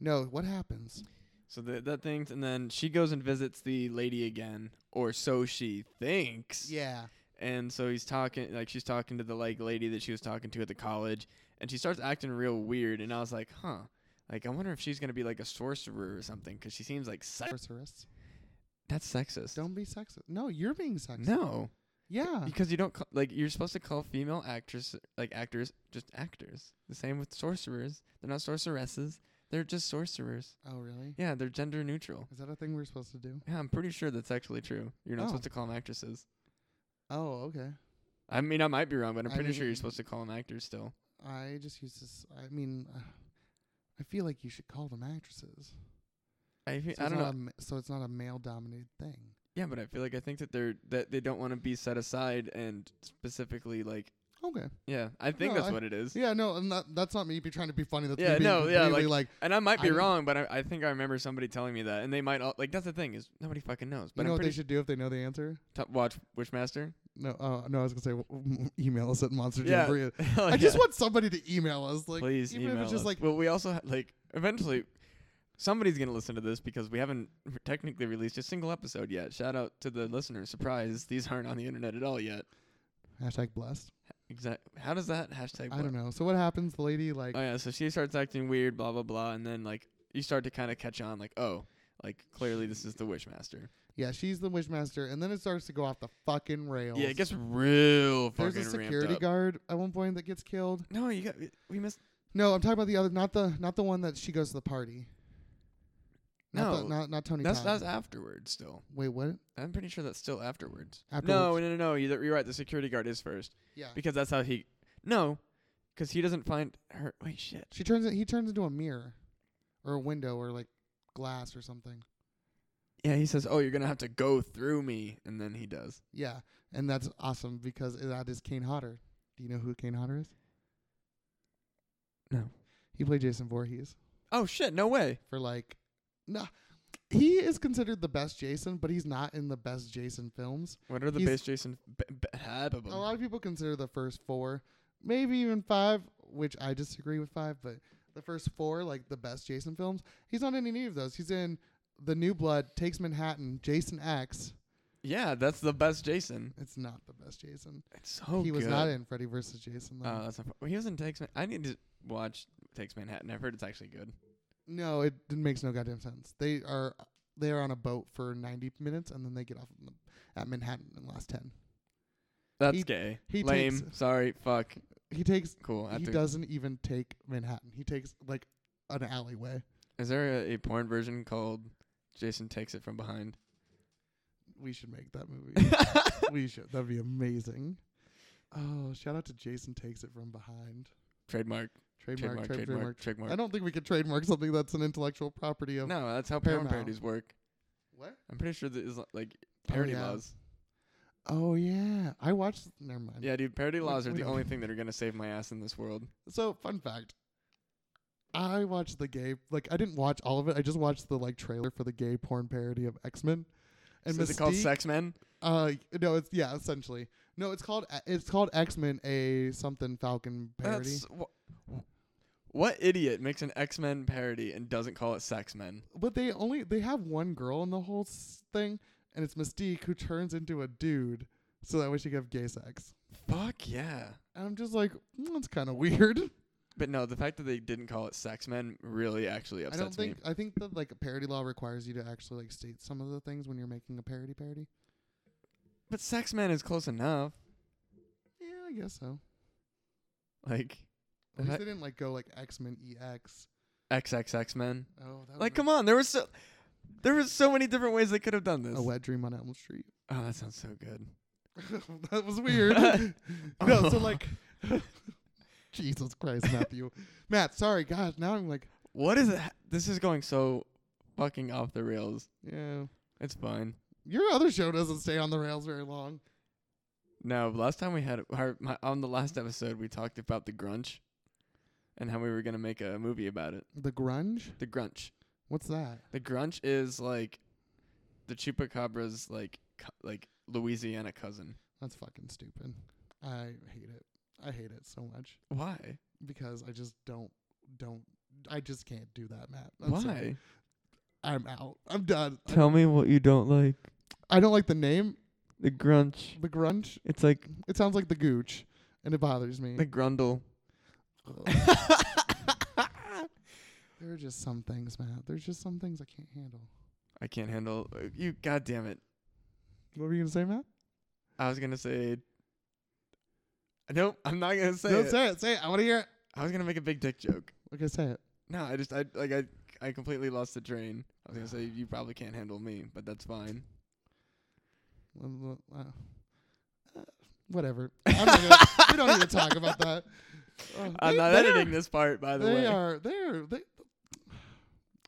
No, what happens? So th- that thing, and then she goes and visits the lady again, or so she thinks. Yeah. and so he's talking like she's talking to the like lady that she was talking to at the college and she starts acting real weird and i was like huh like i wonder if she's gonna be like a sorcerer or something because she seems like se- Sorceress. that's sexist Don't be sexist. No, you're being sexist. no Yeah. because you don't call, like you're supposed to call female actress like actors just actors the same with sorcerers they're not sorceresses they're just sorcerers Oh, really? yeah they're gender neutral Is that a thing we're supposed to do? yeah i'm pretty sure that's actually true you're not Oh. supposed to call them actresses Oh, okay. i mean i might be wrong but i'm I pretty mean- sure you're supposed to call them actors still I just use this. I mean, uh, I feel like you should call them actresses. i, fe- So I it's don't know not a ma- so it's not a male dominated thing. Yeah, but I feel like I think that they're that they don't want to be set aside and specifically like Okay. Yeah, I think No, that's I- what it is. Yeah, no, and that, that's not me be trying to be funny. That's me Yeah, being no, yeah, completely, And I might be I- wrong, but I, I think I remember somebody telling me that, and they might all, like that's the thing is nobody fucking knows. But you know I'm what they pretty should do if they know the answer? sure- t- watch Wishmaster. No, uh, no, I was gonna say w- w- email us at Monster Yeah, Jamboree. Hell I just Oh, yeah. want somebody to email us, like please even email if it's just us. like well, we also ha- like eventually somebody's gonna listen to this because we haven't technically released a single episode yet. Shout out to the listeners. Surprise, these aren't on the internet at all yet. hashtag blessed. Exact. How does that hashtag? I work? don't know. So what happens? The lady like Oh yeah, so she starts acting weird, blah blah blah, and then like you start to kind of catch on, like oh, like clearly this is the Wishmaster. Yeah, she's the wishmaster, and then it starts to go off the fucking rails. Yeah, it gets real fucking there's a ramped security up. guard at one point that gets killed. No, you got we missed. No, I'm talking about the other, not the not the one that she goes to the party. Not No, the, not not Tony. That's Todd. that's afterwards still. Wait, what? I'm pretty sure that's still afterwards. No, Afterwards. no, no, no. You're, you're right. The security guard is first Yeah, because that's how he. No, because he doesn't find her. Wait, shit. she turns it. He turns into a mirror, or a window, or like glass or something. Yeah, he says, "Oh, you're gonna have to go through me," and then he does. Yeah, and that's awesome because that is Kane Hodder. Do you know who Kane Hodder is? No. He played Jason Voorhees Oh shit! No way. for like, nah. He is considered the best Jason, but he's not in the best Jason films. What are the He's- base Jason? B- b- ah, blah, blah, A blah. lot of people consider the first four, maybe even five, which I disagree with five, but the first four like the best Jason films. He's not in any of those. He's in The New Blood, Takes Manhattan, Jason X. Yeah, that's the best Jason. It's not the best Jason. It's so he was Oh, good. not in Freddy vs. Jason. Though. Oh, that's not. Well, he was in Takes. Man- I need to watch Takes Manhattan. I've heard it's actually good. No, it, it makes no goddamn sense. They are they are on a boat for ninety minutes and then they get off in the, at Manhattan in the last ten. That's He- gay. he Lame. takes- Sorry. Fuck. He takes Cool. I have he to- doesn't even take Manhattan. He takes like an alleyway. Is there a, a porn version called Jason Takes It From Behind? We should make that movie. we should. That'd be amazing. Oh, shout out to Jason takes it from behind. Trademark. Trademark, Trademark. trademark, Trademark. Trademark. I don't think we could trademark something that's an intellectual property of no, that's how porn Paramount. parodies work. what? I'm pretty sure that is like parody yeah. laws. Oh yeah, I watched. Never mind. Yeah, dude. Parody We- laws are we the don't- only thing that are gonna save my ass in this world. So, fun fact. I watched the gay like I didn't watch all of it. I just watched the like trailer for the gay porn parody of X Men. And So is it called Mystique- Sex Men? Uh, no, it's yeah, essentially. No, it's called it's called X Men a something Falcon parody. That's wh- what idiot makes an X Men parody and doesn't call it Sex Men? but they only they have one girl in the whole s- thing, and it's Mystique who turns into a dude, so that way she can have gay sex. Fuck yeah. And I'm just like, mm, that's kind of weird. But no, the fact that they didn't call it Sex Men really actually I upsets don't think me. I think that like parody law requires you to actually like state some of the things when you're making a parody parody. But Sex Men is close enough. Yeah, I guess so. Like At least Right. they didn't like go like E X Men EX. XXX Men. Oh, that Like come on, there was so there was so many different ways they could have done this. a wet dream on Elm Street. Oh, that sounds so good. that was weird. no, so like, Jesus Christ, Matthew, Matt. Sorry, gosh. Now I'm like, What is it? This is going so fucking off the rails. yeah. It's fine. Your other show doesn't stay on the rails very long. No, last time we had our, my, on the last episode we talked about the grunge and how we were gonna make a movie about it. The grunge. The grunge. What's that? The grunge is like the chupacabra's like co- like Louisiana cousin. That's fucking stupid. I hate it. I hate it so much Why? because I just don't don't. I just can't do that, Matt. I'm Why? sorry. I'm out. I'm done. I- Tell me what you don't like. I don't like the name, The grunge. the grunge. It's like It sounds like the gooch, and it bothers me. the grundle. Ugh. there are just some things, Matt. There's just some things I can't handle. I can't handle uh, you. God damn it! What were you gonna say, Matt? I was gonna say. Nope, I'm not gonna say Don't it. say it. Say it. I want to hear it. I was gonna make a big dick joke. Okay, say it. No, I just I like I I completely lost the train. I was gonna say you probably can't handle me, but that's fine. Uh, uh, whatever. I'm not gonna, we don't need to talk about that. Uh, I'm they- not they editing are- this part, by the they way. are. They are. They.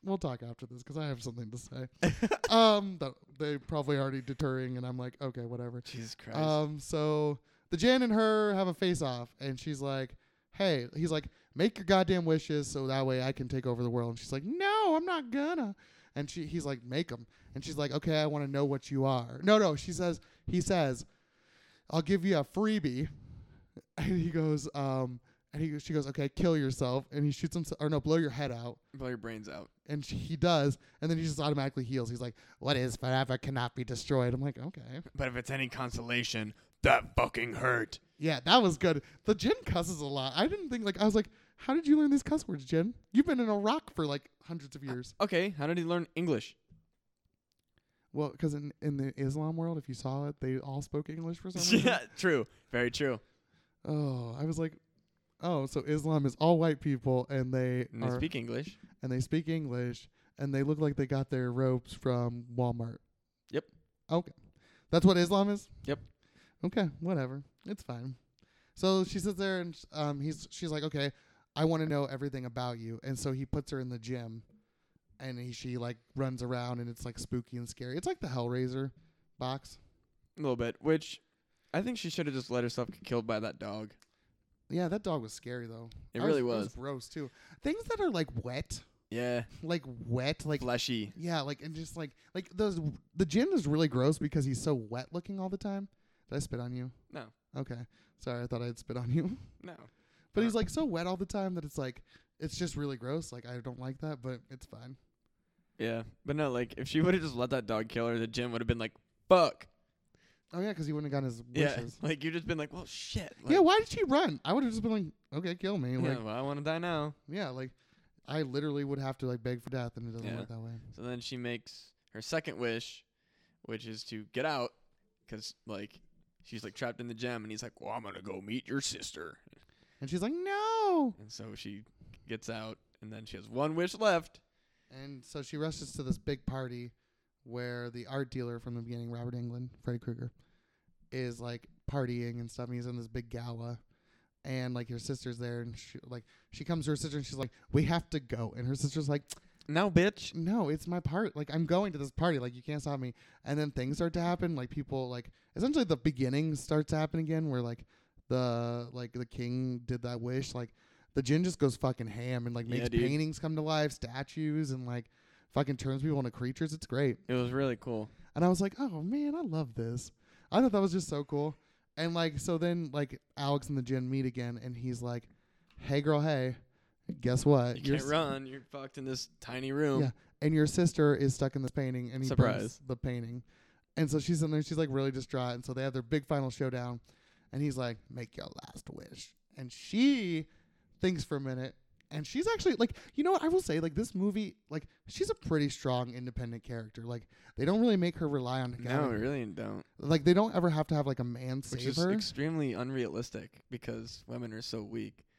We'll talk after this because I have something to say. um, that they probably already deterring, and I'm like, okay, whatever. Jesus Christ. Um, so the Jen and her have a face off, and she's like, "Hey," he's like, "Make your goddamn wishes, so that way I can take over the world." And she's like, "No, I'm not gonna." And she, he's like, "Make them." And she's like, "Okay, I want to know what you are." No, no, she says. He says, "I'll give you a freebie," and he goes, um, and he, she goes, "Okay, kill yourself," and he shoots himself, or no, blow your head out Blow your brains out. and she, he does, and then he just automatically heals. He's like, "What is forever cannot be destroyed." I'm like, "Okay, But if it's any consolation, that fucking hurt. yeah, that was good." The Jin cusses a lot. I didn't think like I was like, "How did you learn these cuss words, Jin? You've been in Iraq for like hundreds of years." Okay, how did he learn English? Well, because in in the Islam world, if you saw it, they all spoke English for some reason. yeah, true. Very true. Oh, I was like, "Oh, so Islam is all white people, and they And they are speak English. and they speak English, and they look like they got their robes from Walmart." Yep. Okay. That's what Islam is. Yep. Okay, whatever. It's fine. So she sits there and um, he's she's like, okay, I want to know everything about you, and so he puts her in the gym, and he, she like runs around, and it's like spooky and scary. It's like the Hellraiser box. A little bit, which I think she should have just let herself get killed by that dog. Yeah, that dog was scary though. It That really that was. gross too. Things that are like wet, Yeah, like wet, like fleshy. yeah, like and just like like those. The gym is really gross because he's so wet looking all the time. Did I spit on you? No. Okay, sorry. I thought I'd spit on you. No. But Or- he's like so wet all the time that it's like it's just really gross. Like I don't like that, but it's fine. Yeah, but no, like if she would have just let that dog kill her, the gym would have been like, "Fuck." Oh yeah, because he wouldn't have gotten his Yeah, wishes. like you just been like, "Well, shit." Yeah, why did she run? I would have just been like, okay, kill me. yeah, Like well, I want to die now. yeah, like I literally would have to like beg for death, and it doesn't Yeah. work that way. So then she makes her second wish, which is to get out, because like she's like trapped in the gym, and he's like, "Well, I'm gonna go meet your sister," And she's like, no. and so she gets out, and then she has one wish left. And so she rushes to this big party where the art dealer from the beginning, Robert England, Freddy Krueger, is like partying and stuff. And he's in this big gala. And like her sister's there, and she, like she comes to her sister, and she's like, "We have to go." And her sister's like, Now, bitch. no, it's my part. Like I'm going to this party. Like you can't stop me. And then things start to happen. Like people like essentially the beginning starts to happen again where like the like the king did that wish. Like the Jin just goes fucking ham and like Yeah, makes dude. paintings come to life, statues and like fucking turns people into creatures. It's great. It was really cool. And I was like, Oh man, I love this. I thought that was just so cool. And like so then like Alex and the Jin meet again and he's like, Hey girl, hey, guess what? You Uh, You're can't s- run. You're fucked in this tiny room. Yeah. and your sister is stuck in this painting and he brings Surprise. the painting and so she's in there she's like really distraught and so they have their big final showdown and he's like make your last wish and she thinks for a minute and she's actually like you know what i will say like this movie like she's a pretty strong independent character like they don't really make her rely on No, no, we really don't. like they don't ever have to have like a man Which save is her extremely unrealistic because women are so weak.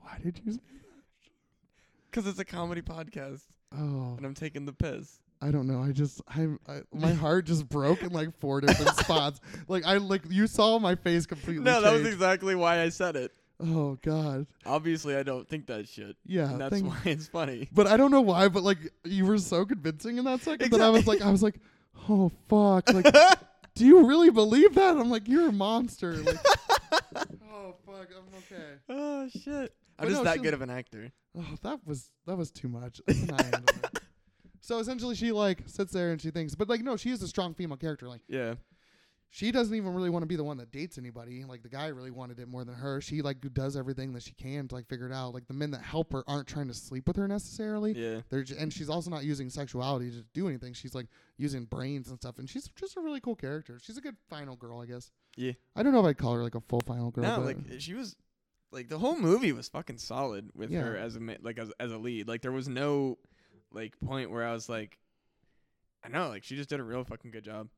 why did you Because it's a comedy podcast, oh and I'm taking the piss. I don't know. I just I'm I, my heart just broke in like four different spots. Like I like you saw my face completely. No, that was change. exactly why I said it. oh god, Obviously, I don't think that shit. yeah. and that's thank- why it's funny. But I don't know why. But like you were so convincing in that second that I was like I was like, oh fuck, like do you really believe that? I'm like you're a monster. Like, oh fuck, I'm okay. oh shit! But I'm just no, that she- good of an actor. Oh, that was that was too much. I cannot handle it. So essentially, she like sits there and she thinks, but like no, she is a strong female character. Like. Yeah, she doesn't even really want to be the one that dates anybody. Like the guy really wanted it more than her. She like does everything that she can to like figure it out. Like the men that help her aren't trying to sleep with her necessarily. yeah. They're j- and she's also not using sexuality to do anything. She's like using brains and stuff. And she's just a really cool character. She's a good final girl, I guess. Yeah. I don't know if I'd call her like a full final girl. No, but like she was, like the whole movie was fucking solid with Yeah. her as a ma- like as as a lead. Like there was no, like point where I was like, I know, like she just did a real fucking good job.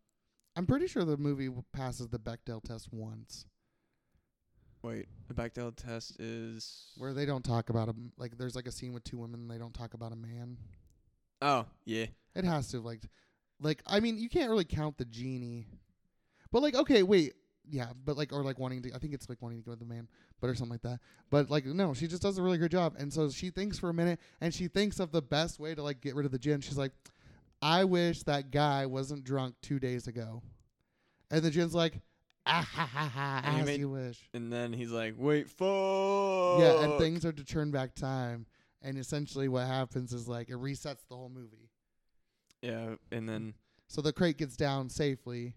I'm pretty sure the movie w- passes the Bechdel test once, Wait, the Bechdel test is where they don't talk about a m Like there's like a scene with two women and they don't talk about a man. Oh yeah, It has to like, like I mean, you can't really count the genie, but like okay, wait, yeah, but like or like wanting to. I think it's like wanting to go with the man, but or something like that. But like no, she just does a really good job, and so she thinks for a minute, and she thinks of the best way to like get rid of the gin. She's like, I wish that guy wasn't drunk two days ago. And the gin's like, ah ha ha ha, And he as made- you wish. And then he's like, "Wait, fuck." Yeah, and things are to turn back time. And essentially, what happens is like it resets the whole movie. Yeah, and then So the crate gets down safely,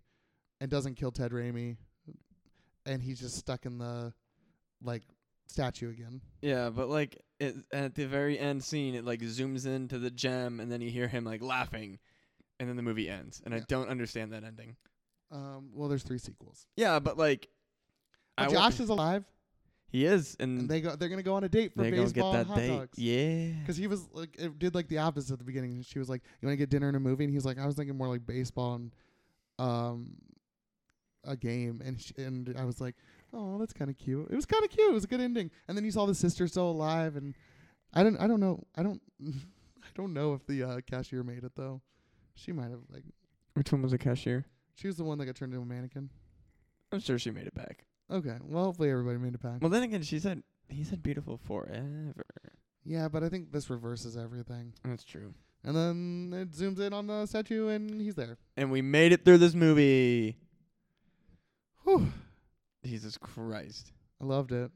and doesn't kill Ted Raimi, and he's just stuck in the like statue again. yeah, but like it, at the very end scene, it like zooms into the gem, and then you hear him like laughing, and then the movie ends. And I Yeah. don't understand that ending. Um, well, there's three sequels. Yeah, but like, But I Josh wa- is alive, he is, and and they go. They're gonna go on a date for they go get baseball that and hot date. dogs. Yeah, Because he was like, it did like the opposite at the beginning. She was like, "You want to get dinner and a movie?" And he was like, "I was thinking more like baseball and um a game." And she, and I was like, "Oh, that's kind of cute." It was kind of cute. It was a good ending. And then you saw the sister still alive, and I don't, I don't know, I don't, I don't know if the uh, cashier made it though. She might have like, which one was the cashier? she was the one that got turned into a mannequin. I'm sure she made it back. Okay, well, hopefully everybody made it back. Well, then again, she said he said beautiful forever. yeah, but I think this reverses everything. That's true. And then it zooms in on the statue, and he's there. And we made it through this movie. Whew. Jesus Christ, I loved it.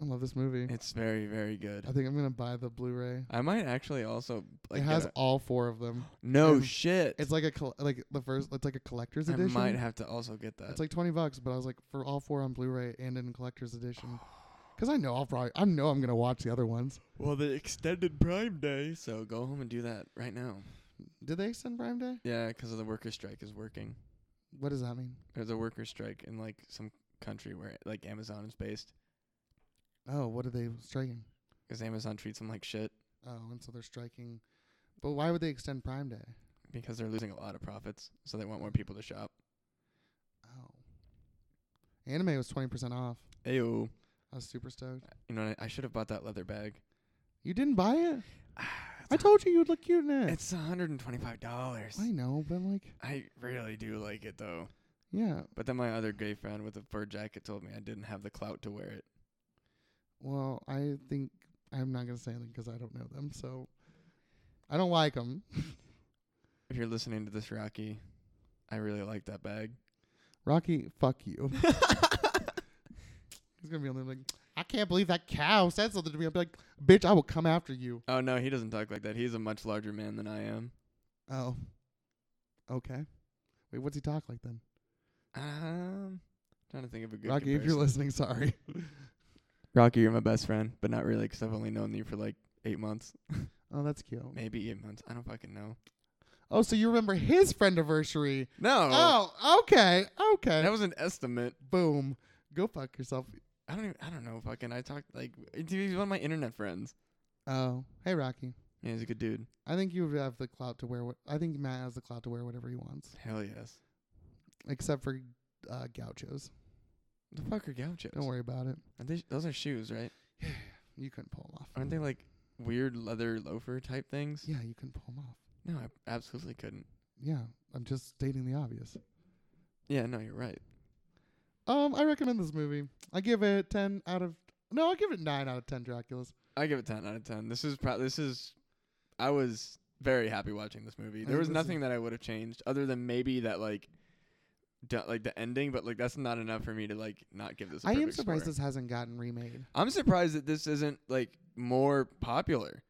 I love this movie. it's very very good. I think I'm gonna buy the Blu-ray. I might actually also like it get has a- all four of them. no um, shit. It's like a col- like the first. It's like a collector's I edition. might have to also get that. It's like twenty bucks, but I was like for all four on Blu-ray and in collector's edition. Because I know I'll probably I know I'm gonna watch the other ones. well, the extended Prime Day, so go home and do that right now. Did they extend Prime Day? Yeah, 'cause of the workers' strike is working. What does that mean? There's a workers' strike in like some country where like Amazon is based, Oh, what are they striking? 'cause Amazon treats them like shit Oh, and so they're striking. But why would they extend Prime Day? because they're losing a lot of profits, so they want more people to shop. Oh, anime was twenty percent off. Ayo, I was super stoked. you know I, I should have bought that leather bag. You didn't buy it. It's I a- told you you'd look cute in it. It's hundred and twenty-five dollars. I know, but like, I really do like it though. yeah. But then my other gay friend with a fur jacket told me I didn't have the clout to wear it. Well, I think I'm not gonna say anything 'cause I don't know them, so I don't like 'em. If you're listening to this, Rocky, I really like that bag. Rocky, fuck you. He's gonna be on there like, I can't believe that cow said something to me. I'll be like, bitch, I will come after you. Oh no, he doesn't talk like that. He's a much larger man than I am. Oh, okay. Wait, what's he talk like then? Um, trying to think of a good. Rocky, if you're comparison. listening, sorry. Rocky, you're my best friend, but not really, 'cause I've only known you for like eight months, oh, that's cute. maybe eight months. I don't fucking know. Oh, so you remember his friend anniversary? No, Oh, okay, okay. that was an estimate. Boom. Go fuck yourself. I don't even. I don't know. Fucking. I talked like dude, he's one of my internet friends. Oh, hey Rocky. Yeah, he's a good dude. I think you have the clout to wear. What I think Matt has the clout to wear whatever he wants. Hell yes. except for uh, gauchos. The fuck are gauchos? Don't worry about it. Are they, those are shoes, right? You couldn't pull 'em off. Aren't they like weird leather loafer type things? Yeah, you couldn't pull 'em off. No, I absolutely couldn't. Yeah, I'm just stating the obvious. Yeah, no, you're right. Um, I recommend this movie. I give it ten out of no, I give it nine out of ten Draculas. I give it 10 out of 10. This is pro- this is I was very happy watching this movie. I There think was this nothing that I would have changed other than maybe that like d- like the ending, but like that's not enough for me to like not give this a I am perfect surprised score. this hasn't gotten remade. I'm surprised that this isn't like more popular.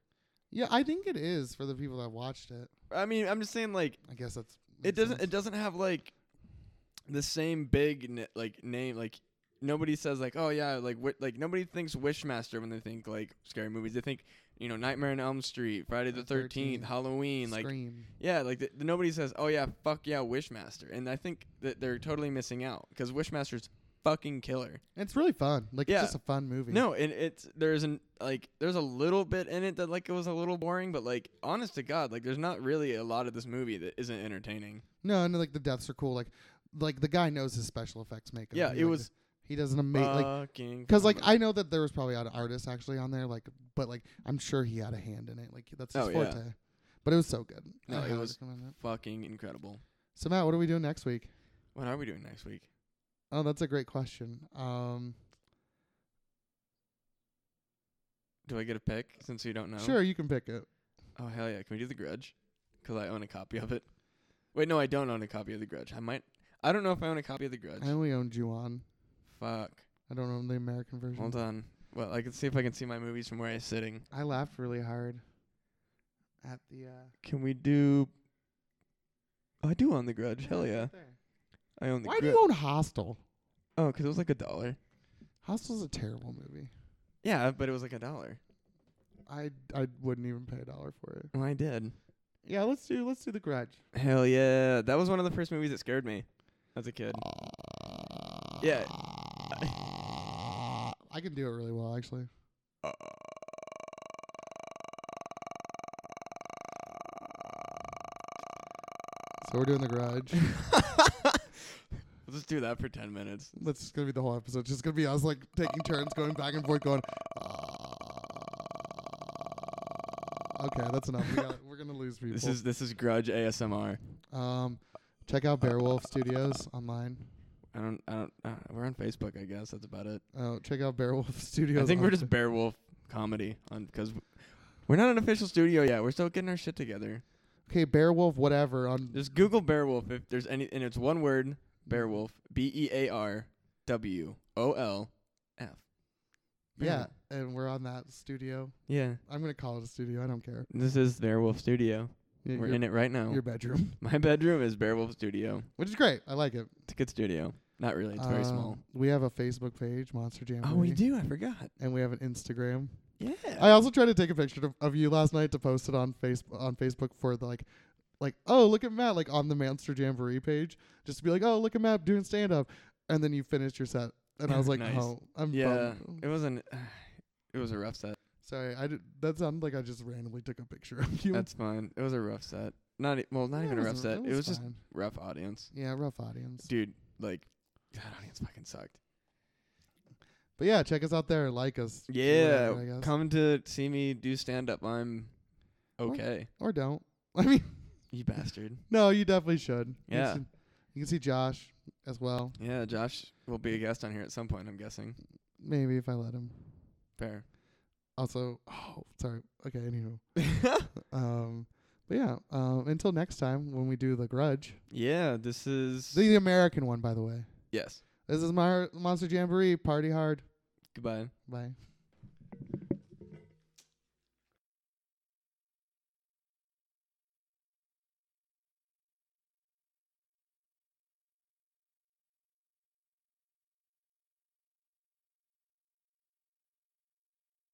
Yeah, I think it is for the people that watched it. I mean, I'm just saying like I guess that's it makes doesn't sense. it doesn't have like the same big n- like name like nobody says like oh yeah like wi- like nobody thinks wishmaster when they think like scary movies they think you know nightmare on elm street friday the The 13th, 13th halloween like Scream. yeah like th- nobody says oh yeah fuck yeah wishmaster and i think that they're totally missing out because wishmaster's fucking killer It's really fun. Like Yeah. it's just a fun movie. no and it's there's an like there's a little bit in it that like it was a little boring but like honest to god like there's not really a lot of this movie that isn't entertaining no, no. Like the deaths are cool. Like, like the guy knows his special effects makeup. yeah He, it like, was Uh, um, He does an amazing. like Fucking Because like phenomenal. I know that there was probably an artist actually on there, like, but like I'm sure he had a hand in it. Like that's his Oh, yeah. forte. But it was so good. I No, it highly was- recommend it. fucking incredible. So Matt, what are we doing next week? What are we doing next week? Oh, that's a great question. Um, Do I get a pick since you don't know? sure, you can pick it. Oh hell yeah! Can we do the Grudge? Because I own a copy of it. Wait, no, I don't own a copy of the Grudge. I might. I don't know if I own a copy of The Grudge. I only own Juon. Fuck. I don't own the American version. Hold on. Well, I can see if I can see my movies from where I'm sitting. I laughed really hard at the. Uh, Can we do? Oh, I do own The Grudge. Hell yeah, right there. I own The Why do Grudge. you own Hostel? oh, because it was like a dollar. Hostel's a terrible movie. Yeah, but it was like a dollar. I I wouldn't even pay a dollar for it. Well, Oh, I did. Yeah, let's do let's do the Grudge. Hell yeah, that was one of the first movies that scared me as a kid. Yeah. I can do it really well actually. So we're doing the Grudge. Let's just do that for ten minutes. That's just gonna be the whole episode. It's just gonna be us like taking turns, going back and forth, going. Okay, that's enough. We gotta, we're gonna lose people. This is this is Grudge ASMR. um, check out Bearwolf Studios online. I don't I don't. Uh, we're on Facebook, I guess. That's about it. Oh, check out Bearwolf Studios. I think on we're just Fa- Bear Wolf comedy on because we're not an official studio yet. We're still getting our shit together. okay. Bearwolf, whatever. On Just Google Bearwolf if there's any, and it's one word. Bearwolf. B E A R W O L F. yeah, and we're on that studio. Yeah. I'm gonna call it a studio. I don't care. This is Bearwolf Studio. Y- We're your, in it right now. your bedroom, My bedroom is Bearwolf Studio. which is great. I like it. It's a good studio. Not really. It's very Um, small. We have a Facebook page, Monster Jam. Oh, we do. I forgot. And we have an Instagram. Yeah. I also tried to take a picture of, of you last night to post it on Facebook on Facebook for the like like oh look at Matt like on the Monster Jamboree page just to be like oh look at Matt doing stand up and then you finished your set and I was like Nice. oh I'm yeah. bummed." It wasn't. It was a rough set. sorry I did that sounded like I just randomly took a picture of you That's fine. It was a rough set. Not e- well, not Yeah, even a it rough was- set. It was, just fine. rough audience. yeah rough audience Dude, like that audience fucking sucked. but yeah check us out there like us or Yeah, whatever, I guess. come to see me do stand up. I'm What? okay. or don't I mean You bastard. no you definitely should You Yeah. should- you can see Josh as well Yeah, Josh will be a guest on here at some point. I'm guessing. maybe if I let him Fair. also oh sorry okay anywho Um, but yeah, um, until next time when we do The Grudge, yeah, this is the American one, by the way. yes. This is my Monster Jamboree. Party hard. Goodbye. Bye.